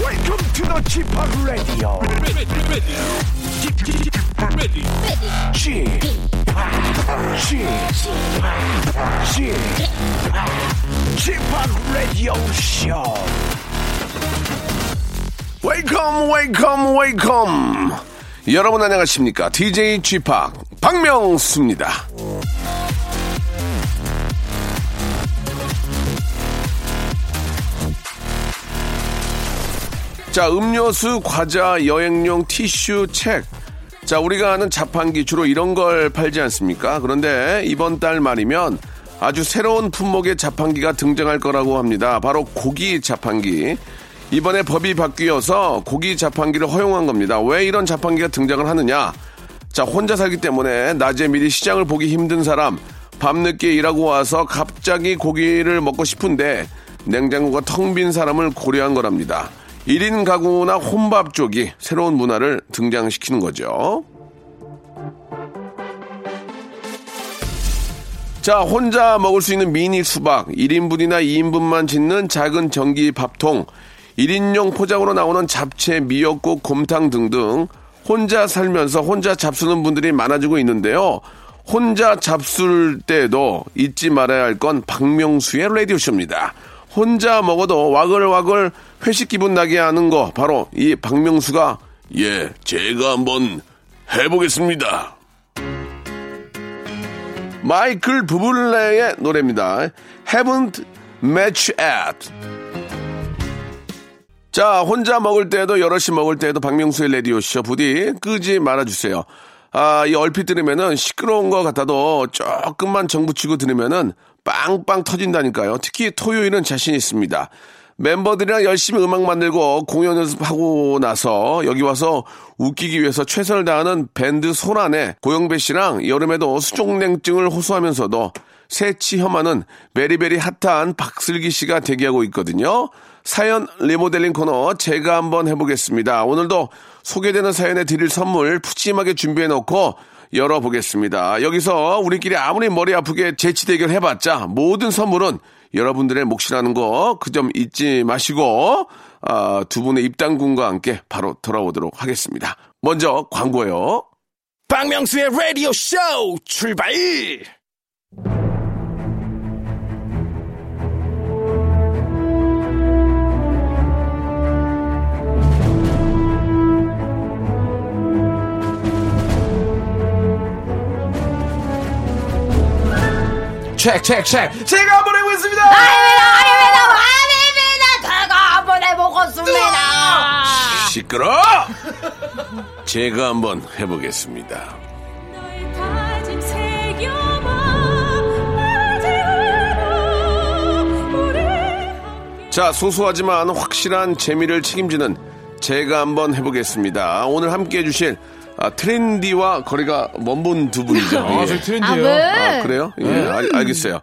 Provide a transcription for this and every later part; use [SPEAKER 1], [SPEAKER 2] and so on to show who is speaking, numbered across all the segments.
[SPEAKER 1] Welcome to the g p o p Radio.
[SPEAKER 2] ready, ready, ready,
[SPEAKER 1] g p o p g p o p Radio Show.
[SPEAKER 3] 웨이컴 웨이컴 웨이컴 여러분 안녕하십니까 DJ g 팍 박명수입니다 자 음료수 과자 여행용 티슈 책자 우리가 아는 자판기 주로 이런 걸 팔지 않습니까 그런데 이번 달 말이면 아주 새로운 품목의 자판기가 등장할 거라고 합니다 바로 고기 자판기 이번에 법이 바뀌어서 고기 자판기를 허용한 겁니다. 왜 이런 자판기가 등장을 하느냐? 자, 혼자 살기 때문에 낮에 미리 시장을 보기 힘든 사람, 밤늦게 일하고 와서 갑자기 고기를 먹고 싶은데 냉장고가 텅 빈 사람을 고려한 거랍니다. 1인 가구나 혼밥 쪽이 새로운 문화를 등장시키는 거죠. 자, 혼자 먹을 수 있는 미니 수박, 1인분이나 2인분만 짓는 작은 전기 밥통, 1인용 포장으로 나오는 잡채, 미역국, 곰탕 등등 혼자 살면서 혼자 잡수는 분들이 많아지고 있는데요. 혼자 잡술 때도 잊지 말아야 할 건 박명수의 라디오쇼입니다. 혼자 먹어도 와글와글 회식 기분 나게 하는 거 바로 이 박명수가 예, 제가 한번 해보겠습니다. 마이클 부블레의 노래입니다. Haven't Met At. 자, 혼자 먹을 때도 여럿이 먹을 때도 박명수의 라디오쇼 부디 끄지 말아주세요. 아, 이 얼핏 들으면은 시끄러운 것 같아도 조금만 정부치고 들으면은 빵빵 터진다니까요. 특히 토요일은 자신 있습니다. 멤버들이랑 열심히 음악 만들고 공연 연습하고 나서 여기 와서 웃기기 위해서 최선을 다하는 밴드 소란에 고영배 씨랑 여름에도 수족냉증을 호소하면서도 새치 혐하는 베리베리 핫한 박슬기 씨가 대기하고 있거든요. 사연 리모델링 코너 제가 한번 해보겠습니다. 오늘도 소개되는 사연에 드릴 선물 푸짐하게 준비해 놓고 열어보겠습니다. 여기서 우리끼리 아무리 머리 아프게 재치 대결 해봤자 모든 선물은 여러분들의 몫이라는 거 그 점 잊지 마시고 아, 두 분의 입당군과 함께 바로 돌아오도록 하겠습니다. 먼저 광고요.
[SPEAKER 1] 박명수의 라디오 쇼 출발!
[SPEAKER 3] 책책책 제가 한번 해보겠습니다.
[SPEAKER 4] 아닙니다, 아닙니다. 제가 한번 해보겠습니다.
[SPEAKER 3] 시끄러! 제가 한번 해보겠습니다.
[SPEAKER 5] 너의 다짐 새겨봐 아직으로 우리 함께
[SPEAKER 3] 자, 소소하지만 확실한 재미를 책임지는 제가 한번 해보겠습니다. 오늘 함께 해주실 아, 트렌디와 거리가 먼 분 두 분이죠.
[SPEAKER 2] 아,
[SPEAKER 3] 예.
[SPEAKER 2] 저희 네.
[SPEAKER 4] 아,
[SPEAKER 2] 트렌드요.
[SPEAKER 4] 왜?
[SPEAKER 3] 아, 그래요? 예, 알, 알겠어요.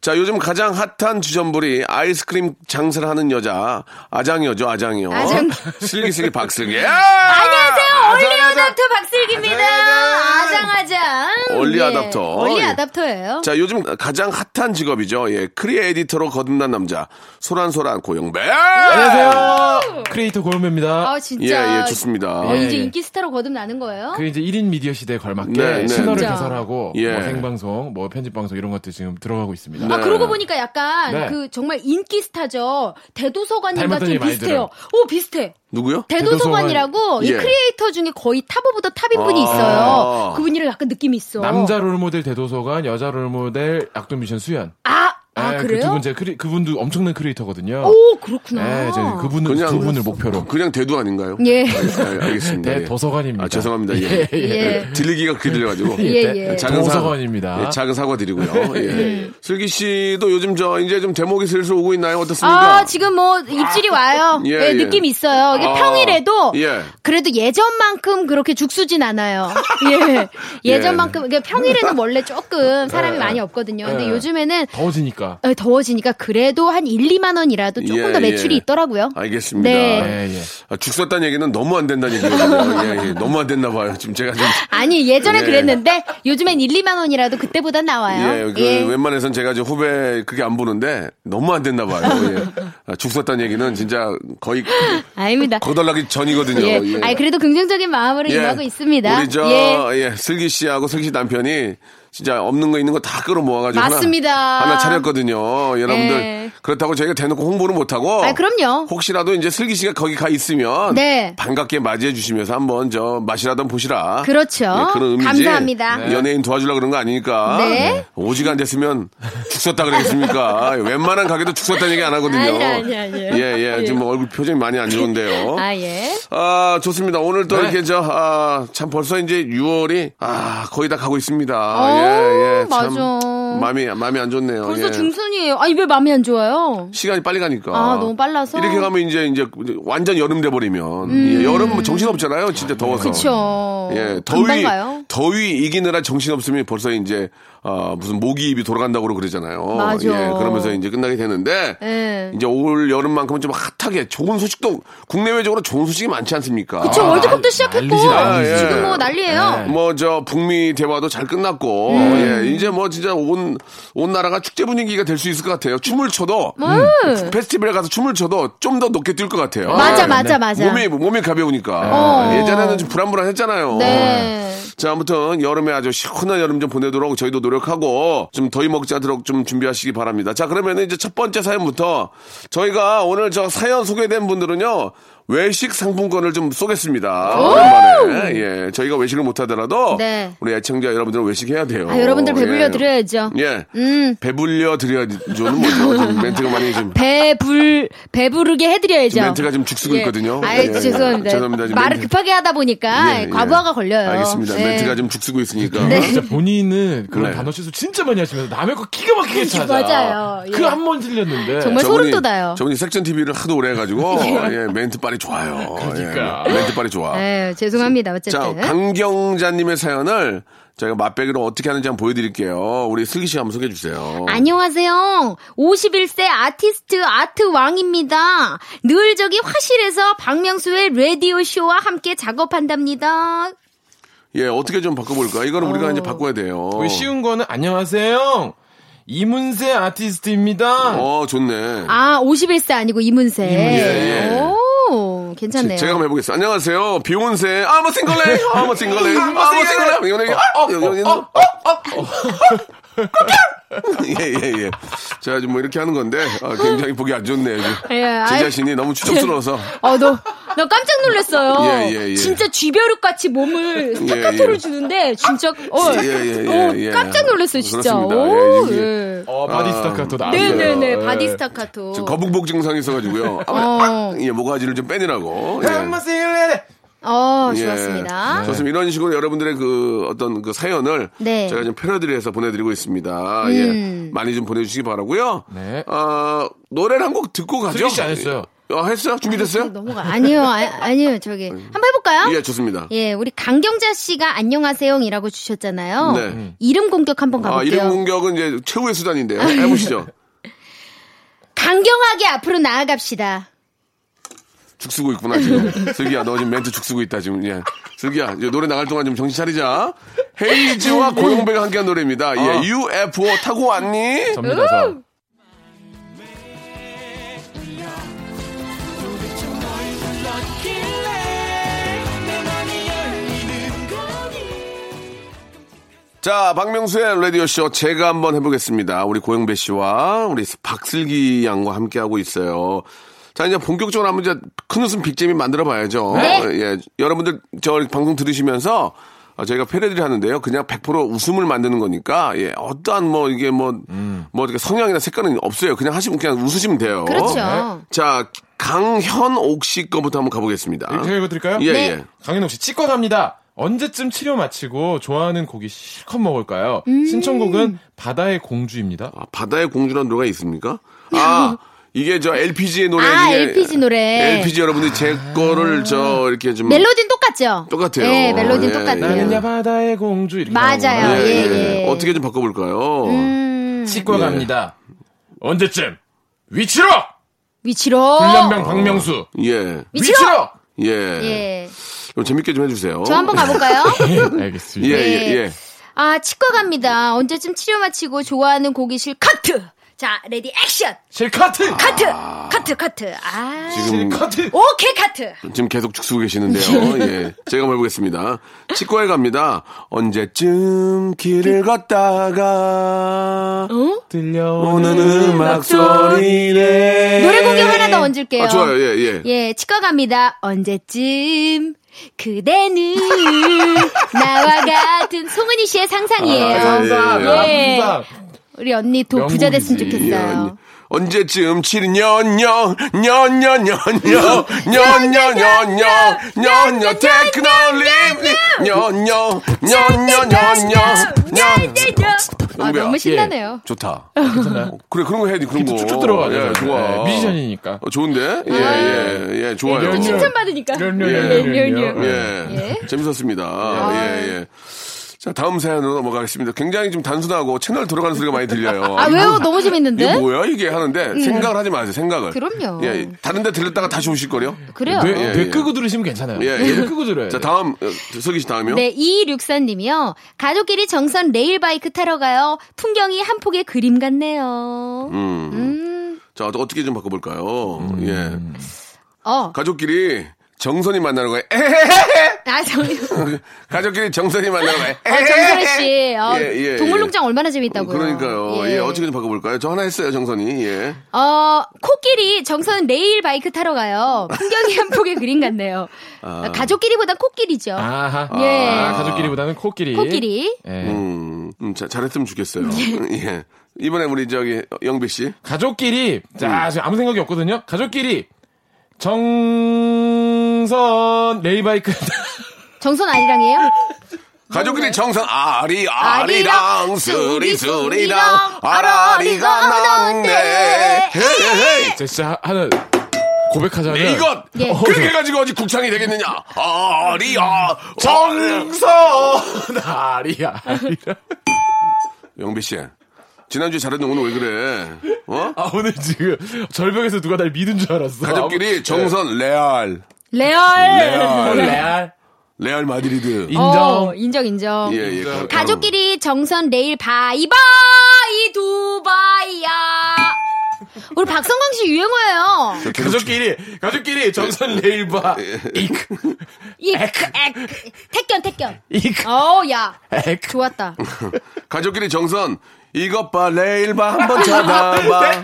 [SPEAKER 3] 자, 요즘 가장 핫한 주전부리 아이스크림 장사를 하는 여자 아장이요죠, 아장이요.
[SPEAKER 4] 아장.
[SPEAKER 3] 슬기슬기 박슬기. 예!
[SPEAKER 4] 안녕하세요. 올리
[SPEAKER 3] 아장, 아장.
[SPEAKER 4] 어답터 박슬기입니다.
[SPEAKER 3] 아장,
[SPEAKER 4] 아장아장.
[SPEAKER 3] 올리
[SPEAKER 4] 예.
[SPEAKER 3] 어댑터.
[SPEAKER 4] 올리
[SPEAKER 3] 예.
[SPEAKER 4] 아답터예요.
[SPEAKER 3] 자, 요즘 가장 핫한 직업이죠. 예, 크리에 에디터로 거듭난 남자 소란소란 고영배.
[SPEAKER 4] 네.
[SPEAKER 2] 안녕하세요. 크리에이터 고은배입니다.
[SPEAKER 4] 아,
[SPEAKER 3] 예,
[SPEAKER 4] 진짜.
[SPEAKER 3] 예, 좋습니다.
[SPEAKER 4] 어, 이제
[SPEAKER 2] 예.
[SPEAKER 4] 인기 스타로 거듭나는 거예요?
[SPEAKER 2] 그 이제 1인 미디어 시대에 걸맞게
[SPEAKER 3] 네, 네,
[SPEAKER 2] 신화를
[SPEAKER 4] 네.
[SPEAKER 2] 개설하고
[SPEAKER 3] 예. 네.
[SPEAKER 2] 뭐 생방송, 뭐 편집 방송 이런 것들 지금 들어가고 있습니다.
[SPEAKER 4] 아, 그러고 보니까 약간
[SPEAKER 2] 네.
[SPEAKER 4] 그 정말 인기 스타죠. 대도서관인가
[SPEAKER 2] 닮았다는
[SPEAKER 4] 좀
[SPEAKER 2] 얘기 많이
[SPEAKER 4] 비슷해요. 오, 비슷해.
[SPEAKER 3] 누구요?
[SPEAKER 4] 대도서관이라고 이
[SPEAKER 3] 예.
[SPEAKER 4] 크리에이터 중에 거의 탑오보다 탑인 분이
[SPEAKER 3] 아.
[SPEAKER 4] 있어요. 그분이랑 약간 느낌이 있어.
[SPEAKER 2] 남자 롤모델 대도서관, 여자 롤모델 악동 뮤지션 수연. 네,
[SPEAKER 4] 아, 아,
[SPEAKER 2] 그두
[SPEAKER 4] 그래요?
[SPEAKER 2] 분제 크리 그분도 엄청난 크리에이터거든요.
[SPEAKER 4] 오, 아. 그렇구나.
[SPEAKER 3] 예,
[SPEAKER 2] 네, 저희 그분을
[SPEAKER 3] 그냥-
[SPEAKER 2] 그분을 목표로 네,
[SPEAKER 3] 그냥 대두 아닌가요?
[SPEAKER 4] 예.
[SPEAKER 3] 아, 알겠습니다. 예.
[SPEAKER 2] 대도서관입니다.
[SPEAKER 3] 아, 죄송합니다. 예.
[SPEAKER 4] 예.
[SPEAKER 3] 들리기가 그게 들려가지고.
[SPEAKER 4] 예, 예.
[SPEAKER 3] 작은 사-
[SPEAKER 2] 도서관입니다. 네.
[SPEAKER 3] 예, 작은 사과 드리고요.
[SPEAKER 4] 음.
[SPEAKER 3] 예. 슬기 씨도 요즘 저 이제 좀 대목이 슬슬 오고 있나요? 어떻습니까?
[SPEAKER 4] 아, 지금 뭐 입질이 와요.
[SPEAKER 3] 예,
[SPEAKER 4] 예,
[SPEAKER 3] 예.
[SPEAKER 4] 느낌 있어요. 이게
[SPEAKER 3] 아,
[SPEAKER 4] 평일에도
[SPEAKER 3] 예.
[SPEAKER 4] 그래도 예전만큼 그렇게 죽수진 않아요.
[SPEAKER 3] 예.
[SPEAKER 4] 예. 예전만큼 그러니까 평일에는 원래 조금 사람이 많이 없거든요. 근데
[SPEAKER 2] 예.
[SPEAKER 4] 요즘에는
[SPEAKER 2] 더워지니까. 더워지니까.
[SPEAKER 4] 어, 더워지니까 그래도 한 1, 2만 원이라도 조금
[SPEAKER 3] 예,
[SPEAKER 4] 더 매출이
[SPEAKER 3] 예.
[SPEAKER 4] 있더라고요.
[SPEAKER 3] 알겠습니다.
[SPEAKER 4] 네.
[SPEAKER 2] 예, 예.
[SPEAKER 3] 아, 죽 썼다는 얘기는 너무 안 된다는
[SPEAKER 4] 아.
[SPEAKER 3] 얘기거든요. 예, 예. 너무 안 됐나 봐요. 지금 제가 지금.
[SPEAKER 4] 아니 예전에
[SPEAKER 3] 예.
[SPEAKER 4] 그랬는데 요즘엔 1, 2만 원이라도 그때보단 나와요.
[SPEAKER 3] 예, 그 웬만해선 제가 지금 후배 그게 안 보는데 너무 안 됐나 봐요. 예. 아, 죽 썼다는 얘기는 진짜 거의
[SPEAKER 4] 아닙니다.
[SPEAKER 3] 거덜나기 전이거든요.
[SPEAKER 4] 예.
[SPEAKER 3] 예.
[SPEAKER 4] 아니 그래도 긍정적인 마음으로 임하고 있습니다.
[SPEAKER 3] 우리 저
[SPEAKER 4] 예.
[SPEAKER 3] 예. 슬기 씨하고 슬기 씨 남편이 진짜 없는 거 있는 거 다 끌어 모아가지고
[SPEAKER 4] 맞습니다.
[SPEAKER 3] 하나, 하나 차렸거든요. 여러분들
[SPEAKER 4] 예.
[SPEAKER 3] 그렇다고 저희가 대놓고 홍보를 못하고
[SPEAKER 4] 아, 그럼요.
[SPEAKER 3] 혹시라도 이제 슬기 씨가 거기 가 있으면
[SPEAKER 4] 네.
[SPEAKER 3] 반갑게 맞이해 주시면서 한번 저 맛이라도 한번 보시라. 예,
[SPEAKER 4] 그렇죠.
[SPEAKER 3] 그런 의미지.
[SPEAKER 4] 감사합니다. 네.
[SPEAKER 3] 연예인 도와주려 그런 거 아니니까
[SPEAKER 4] 네.
[SPEAKER 3] 오지가 안 됐으면 죽었다 그러겠습니까? 웬만한 가게도 죽었다는 얘기 안 하거든요.
[SPEAKER 4] 아니, 아니, 아니에요.
[SPEAKER 3] 예, 예. 지금 얼굴 표정이 많이 안 좋은데요.
[SPEAKER 4] 아 예.
[SPEAKER 3] 아, 좋습니다. 오늘 또
[SPEAKER 2] 네.
[SPEAKER 3] 이렇게 저, 아, 참 벌써 이제 6월이, 아, 거의 다 가고 있습니다. 예, 예. 참
[SPEAKER 4] 어, 맞아.
[SPEAKER 3] 마음이, 마음이 안 좋네요.
[SPEAKER 4] 벌써
[SPEAKER 3] 예.
[SPEAKER 4] 중순이에요. 아니 왜 마음이 안 좋아요?
[SPEAKER 3] 시간이 빨리 가니까.
[SPEAKER 4] 아, 너무 빨라서? 음.
[SPEAKER 3] 이렇게 가면 이제, 이제, 완전 여름 돼버리면. 예, 여름 뭐 정신없잖아요. 진짜 더워서.
[SPEAKER 4] 그렇죠.
[SPEAKER 3] 예,
[SPEAKER 4] 금방
[SPEAKER 3] 더위,
[SPEAKER 4] 가요.
[SPEAKER 3] 더위 이기느라 정신없으면 벌써 이제, 아, 무슨 모기 입이 돌아간다고 그러잖아요.
[SPEAKER 4] 맞아.
[SPEAKER 3] 예, 그러면서 이제 끝나게 되는데.
[SPEAKER 4] 예.
[SPEAKER 3] 이제 올 여름만큼은 좀 핫하게 좋은 소식도 국내외적으로 좋은 소식이 많지 않습니까?
[SPEAKER 4] 그쵸
[SPEAKER 2] 아,
[SPEAKER 4] 월드컵도
[SPEAKER 2] 난리-
[SPEAKER 4] 시작했고
[SPEAKER 2] 난리지, 난리지.
[SPEAKER 4] 지금 뭐 난리예요.
[SPEAKER 3] 뭐 저 북미 대화도 잘 끝났고
[SPEAKER 4] 음.
[SPEAKER 3] 예, 이제 뭐 진짜 온 온 나라가 축제 분위기가 될 수 있을 것 같아요. 춤을 춰도
[SPEAKER 4] 뭐.
[SPEAKER 3] 페스티벌에 가서 춤을 춰도 좀 더 높게 뛸 것 같아요. 예.
[SPEAKER 4] 맞아
[SPEAKER 2] 아,
[SPEAKER 4] 맞아 맞아.
[SPEAKER 3] 몸이 몸이 가벼우니까
[SPEAKER 4] 어.
[SPEAKER 3] 예전에는 좀 불안불안했잖아요. 어.
[SPEAKER 4] 네.
[SPEAKER 3] 자 아무튼 여름에 아주 시원한 여름 좀 보내도록 저희도 노력하고 좀 더위 먹지 않도록 좀 준비하시기 바랍니다. 자 그러면 이제 첫 번째 사연부터 저희가 오늘 저 사연 소개된 분들은요 외식 상품권을 좀 쏘겠습니다. 오랜만에 예 저희가 외식을 못하더라도
[SPEAKER 4] 네.
[SPEAKER 3] 우리 애청자 여러분들은 외식해야 돼요.
[SPEAKER 4] 아, 여러분들 배불려
[SPEAKER 3] 예.
[SPEAKER 4] 드려야죠.
[SPEAKER 3] 예.
[SPEAKER 4] 음.
[SPEAKER 3] 배불려 드려야죠는 뭐죠? 좀 멘트가 많이 좀
[SPEAKER 4] 배불 배부르게 해드려야죠.
[SPEAKER 3] 지금 멘트가 좀 죽쓰고 있거든요.
[SPEAKER 4] 아이,
[SPEAKER 3] 예, 예.
[SPEAKER 4] 죄송합니다.
[SPEAKER 3] 죄송합니다. 지금
[SPEAKER 4] 말을
[SPEAKER 3] 멘트-
[SPEAKER 4] 급하게 하다 보니까
[SPEAKER 3] 예, 예.
[SPEAKER 4] 과부하가 걸려요.
[SPEAKER 3] 알겠습니다.
[SPEAKER 4] 예.
[SPEAKER 3] 멘트가 좀 죽쓰고 있으니까.
[SPEAKER 4] 네.
[SPEAKER 2] 진짜 본인은 그런
[SPEAKER 3] 네.
[SPEAKER 2] 단어 실수 진짜 많이 하시면서 남의 거 기가 막히게 찾아.
[SPEAKER 4] 네, 맞아요. 예.
[SPEAKER 2] 그한 번 틀렸는데.
[SPEAKER 4] 정말 소름 돋아요.
[SPEAKER 3] 저분이 섹션 TV를 하도 오래 해가지고 예, 멘트빨이 좋아요.
[SPEAKER 2] 그러니까.
[SPEAKER 3] 예, 멘트빨이 좋아.
[SPEAKER 4] 예, 죄송합니다.
[SPEAKER 3] 자,
[SPEAKER 4] 어쨌든
[SPEAKER 3] 강경자님의 사연을 저희가 맛배기로 어떻게 하는지 한번 보여드릴게요. 우리 슬기 씨 한번 소개해 주세요.
[SPEAKER 4] 안녕하세요. 51세 아티스트 아트 왕입니다. 늘 저기 화실에서 박명수의 라디오 쇼와 함께 작업한답니다.
[SPEAKER 3] 예, 어떻게 좀 바꿔볼까? 이거는 우리가 이제 바꿔야 돼요.
[SPEAKER 2] 왜그 쉬운 거는 안녕하세요. 이문세 아티스트입니다.
[SPEAKER 3] 어, 좋네.
[SPEAKER 4] 아, 51세 아니고 이문세.
[SPEAKER 3] 이문세, 예.
[SPEAKER 4] 오, 괜찮네요.
[SPEAKER 3] 제가 한번 해보겠습니다. 안녕하세요. 비욘세. 아무 뭐 싱글레. 아무 싱글레. 아무 뭐 싱글레. 어, 이거 내가 어, 예예 예. 제가 지금 뭐 이렇게 하는 건데 아, 굉장히 보기 안 좋네요.
[SPEAKER 4] 예, 아이.
[SPEAKER 3] 제 자신이 너무 추접스러워서
[SPEAKER 4] 어, 너, 나 깜짝 놀랐어요.
[SPEAKER 3] 예, 예, 예.
[SPEAKER 4] 진짜 쥐벼룩 같이 몸을 스타카토를
[SPEAKER 3] 예.
[SPEAKER 4] 주는데 진짜 어,
[SPEAKER 3] 예, 예, 예,
[SPEAKER 4] 어,
[SPEAKER 3] 예.
[SPEAKER 4] 깜짝 놀랐어요, 진짜.
[SPEAKER 3] 그렇습니다. 예,
[SPEAKER 4] 오,
[SPEAKER 3] 이게-
[SPEAKER 4] 예.
[SPEAKER 2] 어, 바디
[SPEAKER 3] 아.
[SPEAKER 2] 스타카토 나.
[SPEAKER 4] 네, 네, 네. 바디 스타카토.
[SPEAKER 3] 지금 예. 거북목 증상이 있어가지고요. 아,
[SPEAKER 4] 어,
[SPEAKER 3] 예, 모가지를 좀 빼내라고. 예.
[SPEAKER 2] 한번 싱글레.
[SPEAKER 4] 어,
[SPEAKER 3] 예.
[SPEAKER 4] 좋았습니다.
[SPEAKER 3] 좋습니다. 이런 식으로 여러분들의 그 어떤 그 사연을
[SPEAKER 4] 네. 음.
[SPEAKER 3] 제가 좀 패러디해서 보내드리고 있습니다. 예. 많이 좀 보내주시기 바라고요.
[SPEAKER 2] 네.
[SPEAKER 3] 아, 노래를 한 곡 듣고 가죠.
[SPEAKER 2] 슬기 씨안 했어요.
[SPEAKER 3] 아, 했어요? 준비됐어요? 음.
[SPEAKER 4] 넘어가. 아니요, 아, 니요 저기. 한번 해볼까요?
[SPEAKER 3] 예, 좋습니다.
[SPEAKER 4] 예, 우리 강경자 씨가 안녕하세요이라고 주셨잖아요.
[SPEAKER 3] 네.
[SPEAKER 4] 이름 공격 한번
[SPEAKER 3] 아,
[SPEAKER 4] 가볼게요.
[SPEAKER 3] 이름 공격은 이제 최후의 수단인데요. 해보시죠.
[SPEAKER 4] 강경하게 앞으로 나아갑시다.
[SPEAKER 3] 죽 쓰고 있구나, 지금. 슬기야, 너 지금 멘트 죽 쓰고 있다, 지금. 예. 슬기야, 이제 노래 나갈 동안 좀 정신 차리자. 헤이즈와 고용배가 함께한 노래입니다. 예,
[SPEAKER 2] 아.
[SPEAKER 3] UFO 타고 왔니?
[SPEAKER 2] 접니다. 저.
[SPEAKER 4] 음.
[SPEAKER 3] 자, 박명수의 라디오쇼 제가 한번 해보겠습니다. 우리 고영배 씨와 우리 박슬기 양과 함께하고 있어요. 자, 이제 본격적으로 한번 이제 큰 웃음 빅잼이 만들어 봐야죠.
[SPEAKER 4] 네.
[SPEAKER 3] 예, 여러분들 저 방송 들으시면서 어, 저희가 패러디를 하는데요. 그냥 100% 웃음을 만드는 거니까, 예, 어떠한 뭐 이게 뭐, 뭐 이렇게 성향이나 색깔은 없어요. 그냥 하시면 그냥 웃으시면 돼요.
[SPEAKER 4] 음. 그렇죠.
[SPEAKER 3] 자, 강현옥 씨 거부터 한번 가보겠습니다.
[SPEAKER 2] 제가 읽어드릴까요?
[SPEAKER 3] 예,
[SPEAKER 4] 네.
[SPEAKER 3] 예.
[SPEAKER 2] 강현옥 씨 치과 갑니다. 언제쯤 치료 마치고 좋아하는 고기 실컷 먹을까요?
[SPEAKER 4] 음.
[SPEAKER 2] 신청곡은 바다의 공주입니다.
[SPEAKER 3] 아, 바다의 공주란 노래가 있습니까? 아, 이게 저 LPG의 노래.
[SPEAKER 4] 아,
[SPEAKER 3] 중에
[SPEAKER 4] LPG 노래. 아.
[SPEAKER 3] LPG 여러분들 제 거를 저 이렇게 좀.
[SPEAKER 4] 멜로디는 똑같죠?
[SPEAKER 3] 음. 똑같아요.
[SPEAKER 4] 예, 멜로디는
[SPEAKER 3] 예,
[SPEAKER 4] 똑같아요.
[SPEAKER 2] 나는야 바다의 공주 이렇게
[SPEAKER 4] 맞아요.
[SPEAKER 2] 나오는구나.
[SPEAKER 4] 예, 예.
[SPEAKER 3] 어떻게 좀 바꿔볼까요?
[SPEAKER 4] 음.
[SPEAKER 2] 치과 갑니다. 언제쯤? 위치로!
[SPEAKER 4] 위치로.
[SPEAKER 2] 불량병 박명수.
[SPEAKER 3] 예.
[SPEAKER 4] 어. 위치로!
[SPEAKER 2] 위치로!
[SPEAKER 3] 예.
[SPEAKER 4] 예.
[SPEAKER 3] 좀 재밌게 좀 해주세요.
[SPEAKER 4] 저 한번 가볼까요?
[SPEAKER 2] 예,
[SPEAKER 3] 어? 예, 예,
[SPEAKER 2] 알겠습니다.
[SPEAKER 3] 예.
[SPEAKER 4] 아, 치과 갑니다. 언제쯤 치료 마치고 좋아하는 고기실 카트! 자, 레디 액션!
[SPEAKER 2] 실카트!
[SPEAKER 4] 카트! 카트, 카트. 아.
[SPEAKER 3] 지금,
[SPEAKER 2] 실카트!
[SPEAKER 4] 오케이, 카트!
[SPEAKER 3] 지금 계속 죽수고 계시는데요. 예. 제가 한번 해보겠습니다. 치과에 갑니다. 언제쯤 길을 걷다가
[SPEAKER 2] 들려오는
[SPEAKER 3] 오는 음악 소리네.
[SPEAKER 4] 노래 공격 하나 더 얹을게요.
[SPEAKER 3] 아, 좋아요. 예, 예.
[SPEAKER 4] 예, 치과 갑니다. 언제쯤 그대는 나와 같은 송은이 씨의
[SPEAKER 3] 아, 예,
[SPEAKER 4] 상상이에요.
[SPEAKER 3] 감사합니다.
[SPEAKER 4] 예.
[SPEAKER 2] 감사합니다.
[SPEAKER 4] 우리 언니 도 부자 됐으면
[SPEAKER 3] 예, 언-
[SPEAKER 4] 좋겠어요.
[SPEAKER 3] 언제쯤 칠년년 년년년년년년년년년년 테크놀리년년년년년년
[SPEAKER 4] 아,
[SPEAKER 3] 영배야.
[SPEAKER 4] 너무 신나네요.
[SPEAKER 3] 좋다. 어, 그래 그런 거 해야지 그런 거.
[SPEAKER 2] 기도 쭉쭉 들어가죠.
[SPEAKER 3] 예, 좋아.
[SPEAKER 2] 예, 뮤지션이니까.
[SPEAKER 3] 어, 좋은데? 예, 예, 예, 좋아요.
[SPEAKER 2] 연유.
[SPEAKER 4] 칭찬받으니까.
[SPEAKER 2] 예. 련련련련련.
[SPEAKER 3] 예. 재밌었습니다. 예, 예. 자, 다음 사연으로 넘어가겠습니다. 굉장히 좀 단순하고 채널 돌아가는 소리가 많이 들려요.
[SPEAKER 4] 아, 왜요? 너무
[SPEAKER 3] 이게
[SPEAKER 4] 재밌는데?
[SPEAKER 3] 뭐야 이게 하는데 생각을 하지 마세요 생각을
[SPEAKER 4] 그럼요.
[SPEAKER 3] 예 다른 데 들렸다가 다시 오실 거요
[SPEAKER 4] 그래요.
[SPEAKER 2] 뇌,
[SPEAKER 3] 예,
[SPEAKER 2] 뇌
[SPEAKER 3] 예.
[SPEAKER 2] 끄고 들으시면 괜찮아요.
[SPEAKER 3] 예, 예.
[SPEAKER 2] 뇌 끄고 들어요.
[SPEAKER 3] 자 다음 어, 슬기 씨 다음이요
[SPEAKER 4] 네, 2264님이요. 가족끼리 정선 레일바이크 타러 가요. 풍경이 한 폭의 그림 같네요.
[SPEAKER 3] 음.
[SPEAKER 4] 음.
[SPEAKER 3] 자 어떻게 좀 바꿔볼까요 예
[SPEAKER 4] 어.
[SPEAKER 3] 가족끼리 정선이 만나는 거예요 에헤헤헤
[SPEAKER 4] 아, 정,
[SPEAKER 3] 가족끼리 정선이 만나는 거예요
[SPEAKER 4] 아, 정선혜 씨. 어,
[SPEAKER 3] 예, 예, 예.
[SPEAKER 4] 동물농장 얼마나 재밌다고요.
[SPEAKER 3] 그러니까요 예. 어떻게 좀 바꿔볼까요 저 하나 했어요 정선이 예
[SPEAKER 4] 어, 코끼리 정선 레일 바이크 타러 가요. 풍경이 한 폭의 그림 같네요.
[SPEAKER 3] 아.
[SPEAKER 4] 가족끼리보단 코끼리죠.
[SPEAKER 2] 아하.
[SPEAKER 4] 예.
[SPEAKER 2] 아, 가족끼리보다는 코끼리.
[SPEAKER 4] 코끼리.
[SPEAKER 2] 예.
[SPEAKER 3] 음, 음, 자, 잘했으면 좋겠어요 예 이번에 우리 저기 영배 씨
[SPEAKER 2] 가족끼리. 자,
[SPEAKER 3] 음.
[SPEAKER 2] 지금 아무 생각이 없거든요. 가족끼리. 정선 레이바이크.
[SPEAKER 4] 정선 아니랑이에요?
[SPEAKER 3] 가족끼리 정선 아리 네. 아리랑
[SPEAKER 4] 아리랑,
[SPEAKER 3] 수리 수리랑
[SPEAKER 4] 수리랑,
[SPEAKER 3] 아라리가
[SPEAKER 4] 아라리가
[SPEAKER 3] 났네
[SPEAKER 4] 났네.
[SPEAKER 3] 헤헤헤
[SPEAKER 2] 자, 진짜 하나 고백하자면.
[SPEAKER 3] 내 이것
[SPEAKER 4] 예.
[SPEAKER 3] 그렇게 해가지고 어디 국창이 되겠느냐 아리야 어, 정
[SPEAKER 2] 정선 아리야. 아리야.
[SPEAKER 3] 영배 씨 지난주에 잘했는데 오늘 왜 그래 어
[SPEAKER 2] 아 오늘 지금 절벽에서 누가 날 믿은 줄 알았어.
[SPEAKER 3] 가족끼리 정선 레알 예.
[SPEAKER 4] 레알.
[SPEAKER 2] 아무-
[SPEAKER 3] 레알
[SPEAKER 2] 레알.
[SPEAKER 3] 레알 마드리드
[SPEAKER 2] 인정.
[SPEAKER 4] 어, 인정, 인정.
[SPEAKER 3] 예예
[SPEAKER 4] 가족끼리 정선 레일 바이바이 두바이야. 우리 박성광 씨 유행어예요.
[SPEAKER 2] 가족끼리 가족끼리 정선 레일바
[SPEAKER 3] 예.
[SPEAKER 2] 이크
[SPEAKER 4] 이, 그, 액, 택견, 택견.
[SPEAKER 2] 이크 그
[SPEAKER 4] 어우, 야.
[SPEAKER 2] 액.
[SPEAKER 4] 아, 좋았다.
[SPEAKER 3] 가족끼리 정선 이것 봐 레일 봐 한번 쳐다봐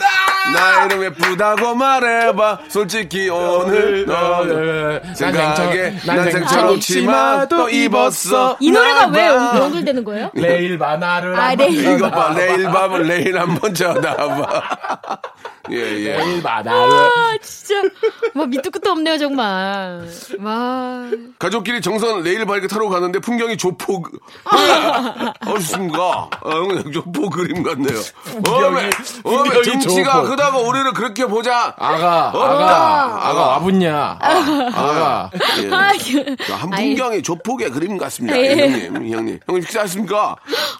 [SPEAKER 3] 나 이름 예쁘다고 말해봐 솔직히 오늘
[SPEAKER 2] 어, 네,
[SPEAKER 3] 너는 음, 생각에 난 생처럼 치마 또 입었어.
[SPEAKER 4] 이 노래가 왜
[SPEAKER 3] 나봐. 네.
[SPEAKER 4] 연결되는 거예요?
[SPEAKER 2] 레일 바나를
[SPEAKER 4] 아, 레일.
[SPEAKER 3] 이것 봐, 내일 밤을 내일 한번 쳐다봐. 예, 예.
[SPEAKER 2] 레일 바나를
[SPEAKER 4] 아, 진짜. 뭐, 밑도 끝도 없네요, 정말. 와.
[SPEAKER 3] 가족끼리 정선 레일 바이크 타러 가는데 풍경이 조포, 어딨습니까? 어, 조포 그림 같네요. 어메, 어메,
[SPEAKER 2] 풍경이
[SPEAKER 3] 등치가
[SPEAKER 2] 조포.
[SPEAKER 3] 크다고 우리를 그렇게 보자.
[SPEAKER 2] 아가
[SPEAKER 3] 어,
[SPEAKER 2] 아가 아가
[SPEAKER 3] 아가.
[SPEAKER 2] 와붙냐 아가
[SPEAKER 3] 예.
[SPEAKER 4] 아, 그-
[SPEAKER 3] 한
[SPEAKER 4] 아이,
[SPEAKER 3] 풍경이 조폭의 그림 같습니다.
[SPEAKER 4] 예.
[SPEAKER 3] 예, 형님, 형님. 형님 식사하셨습니까?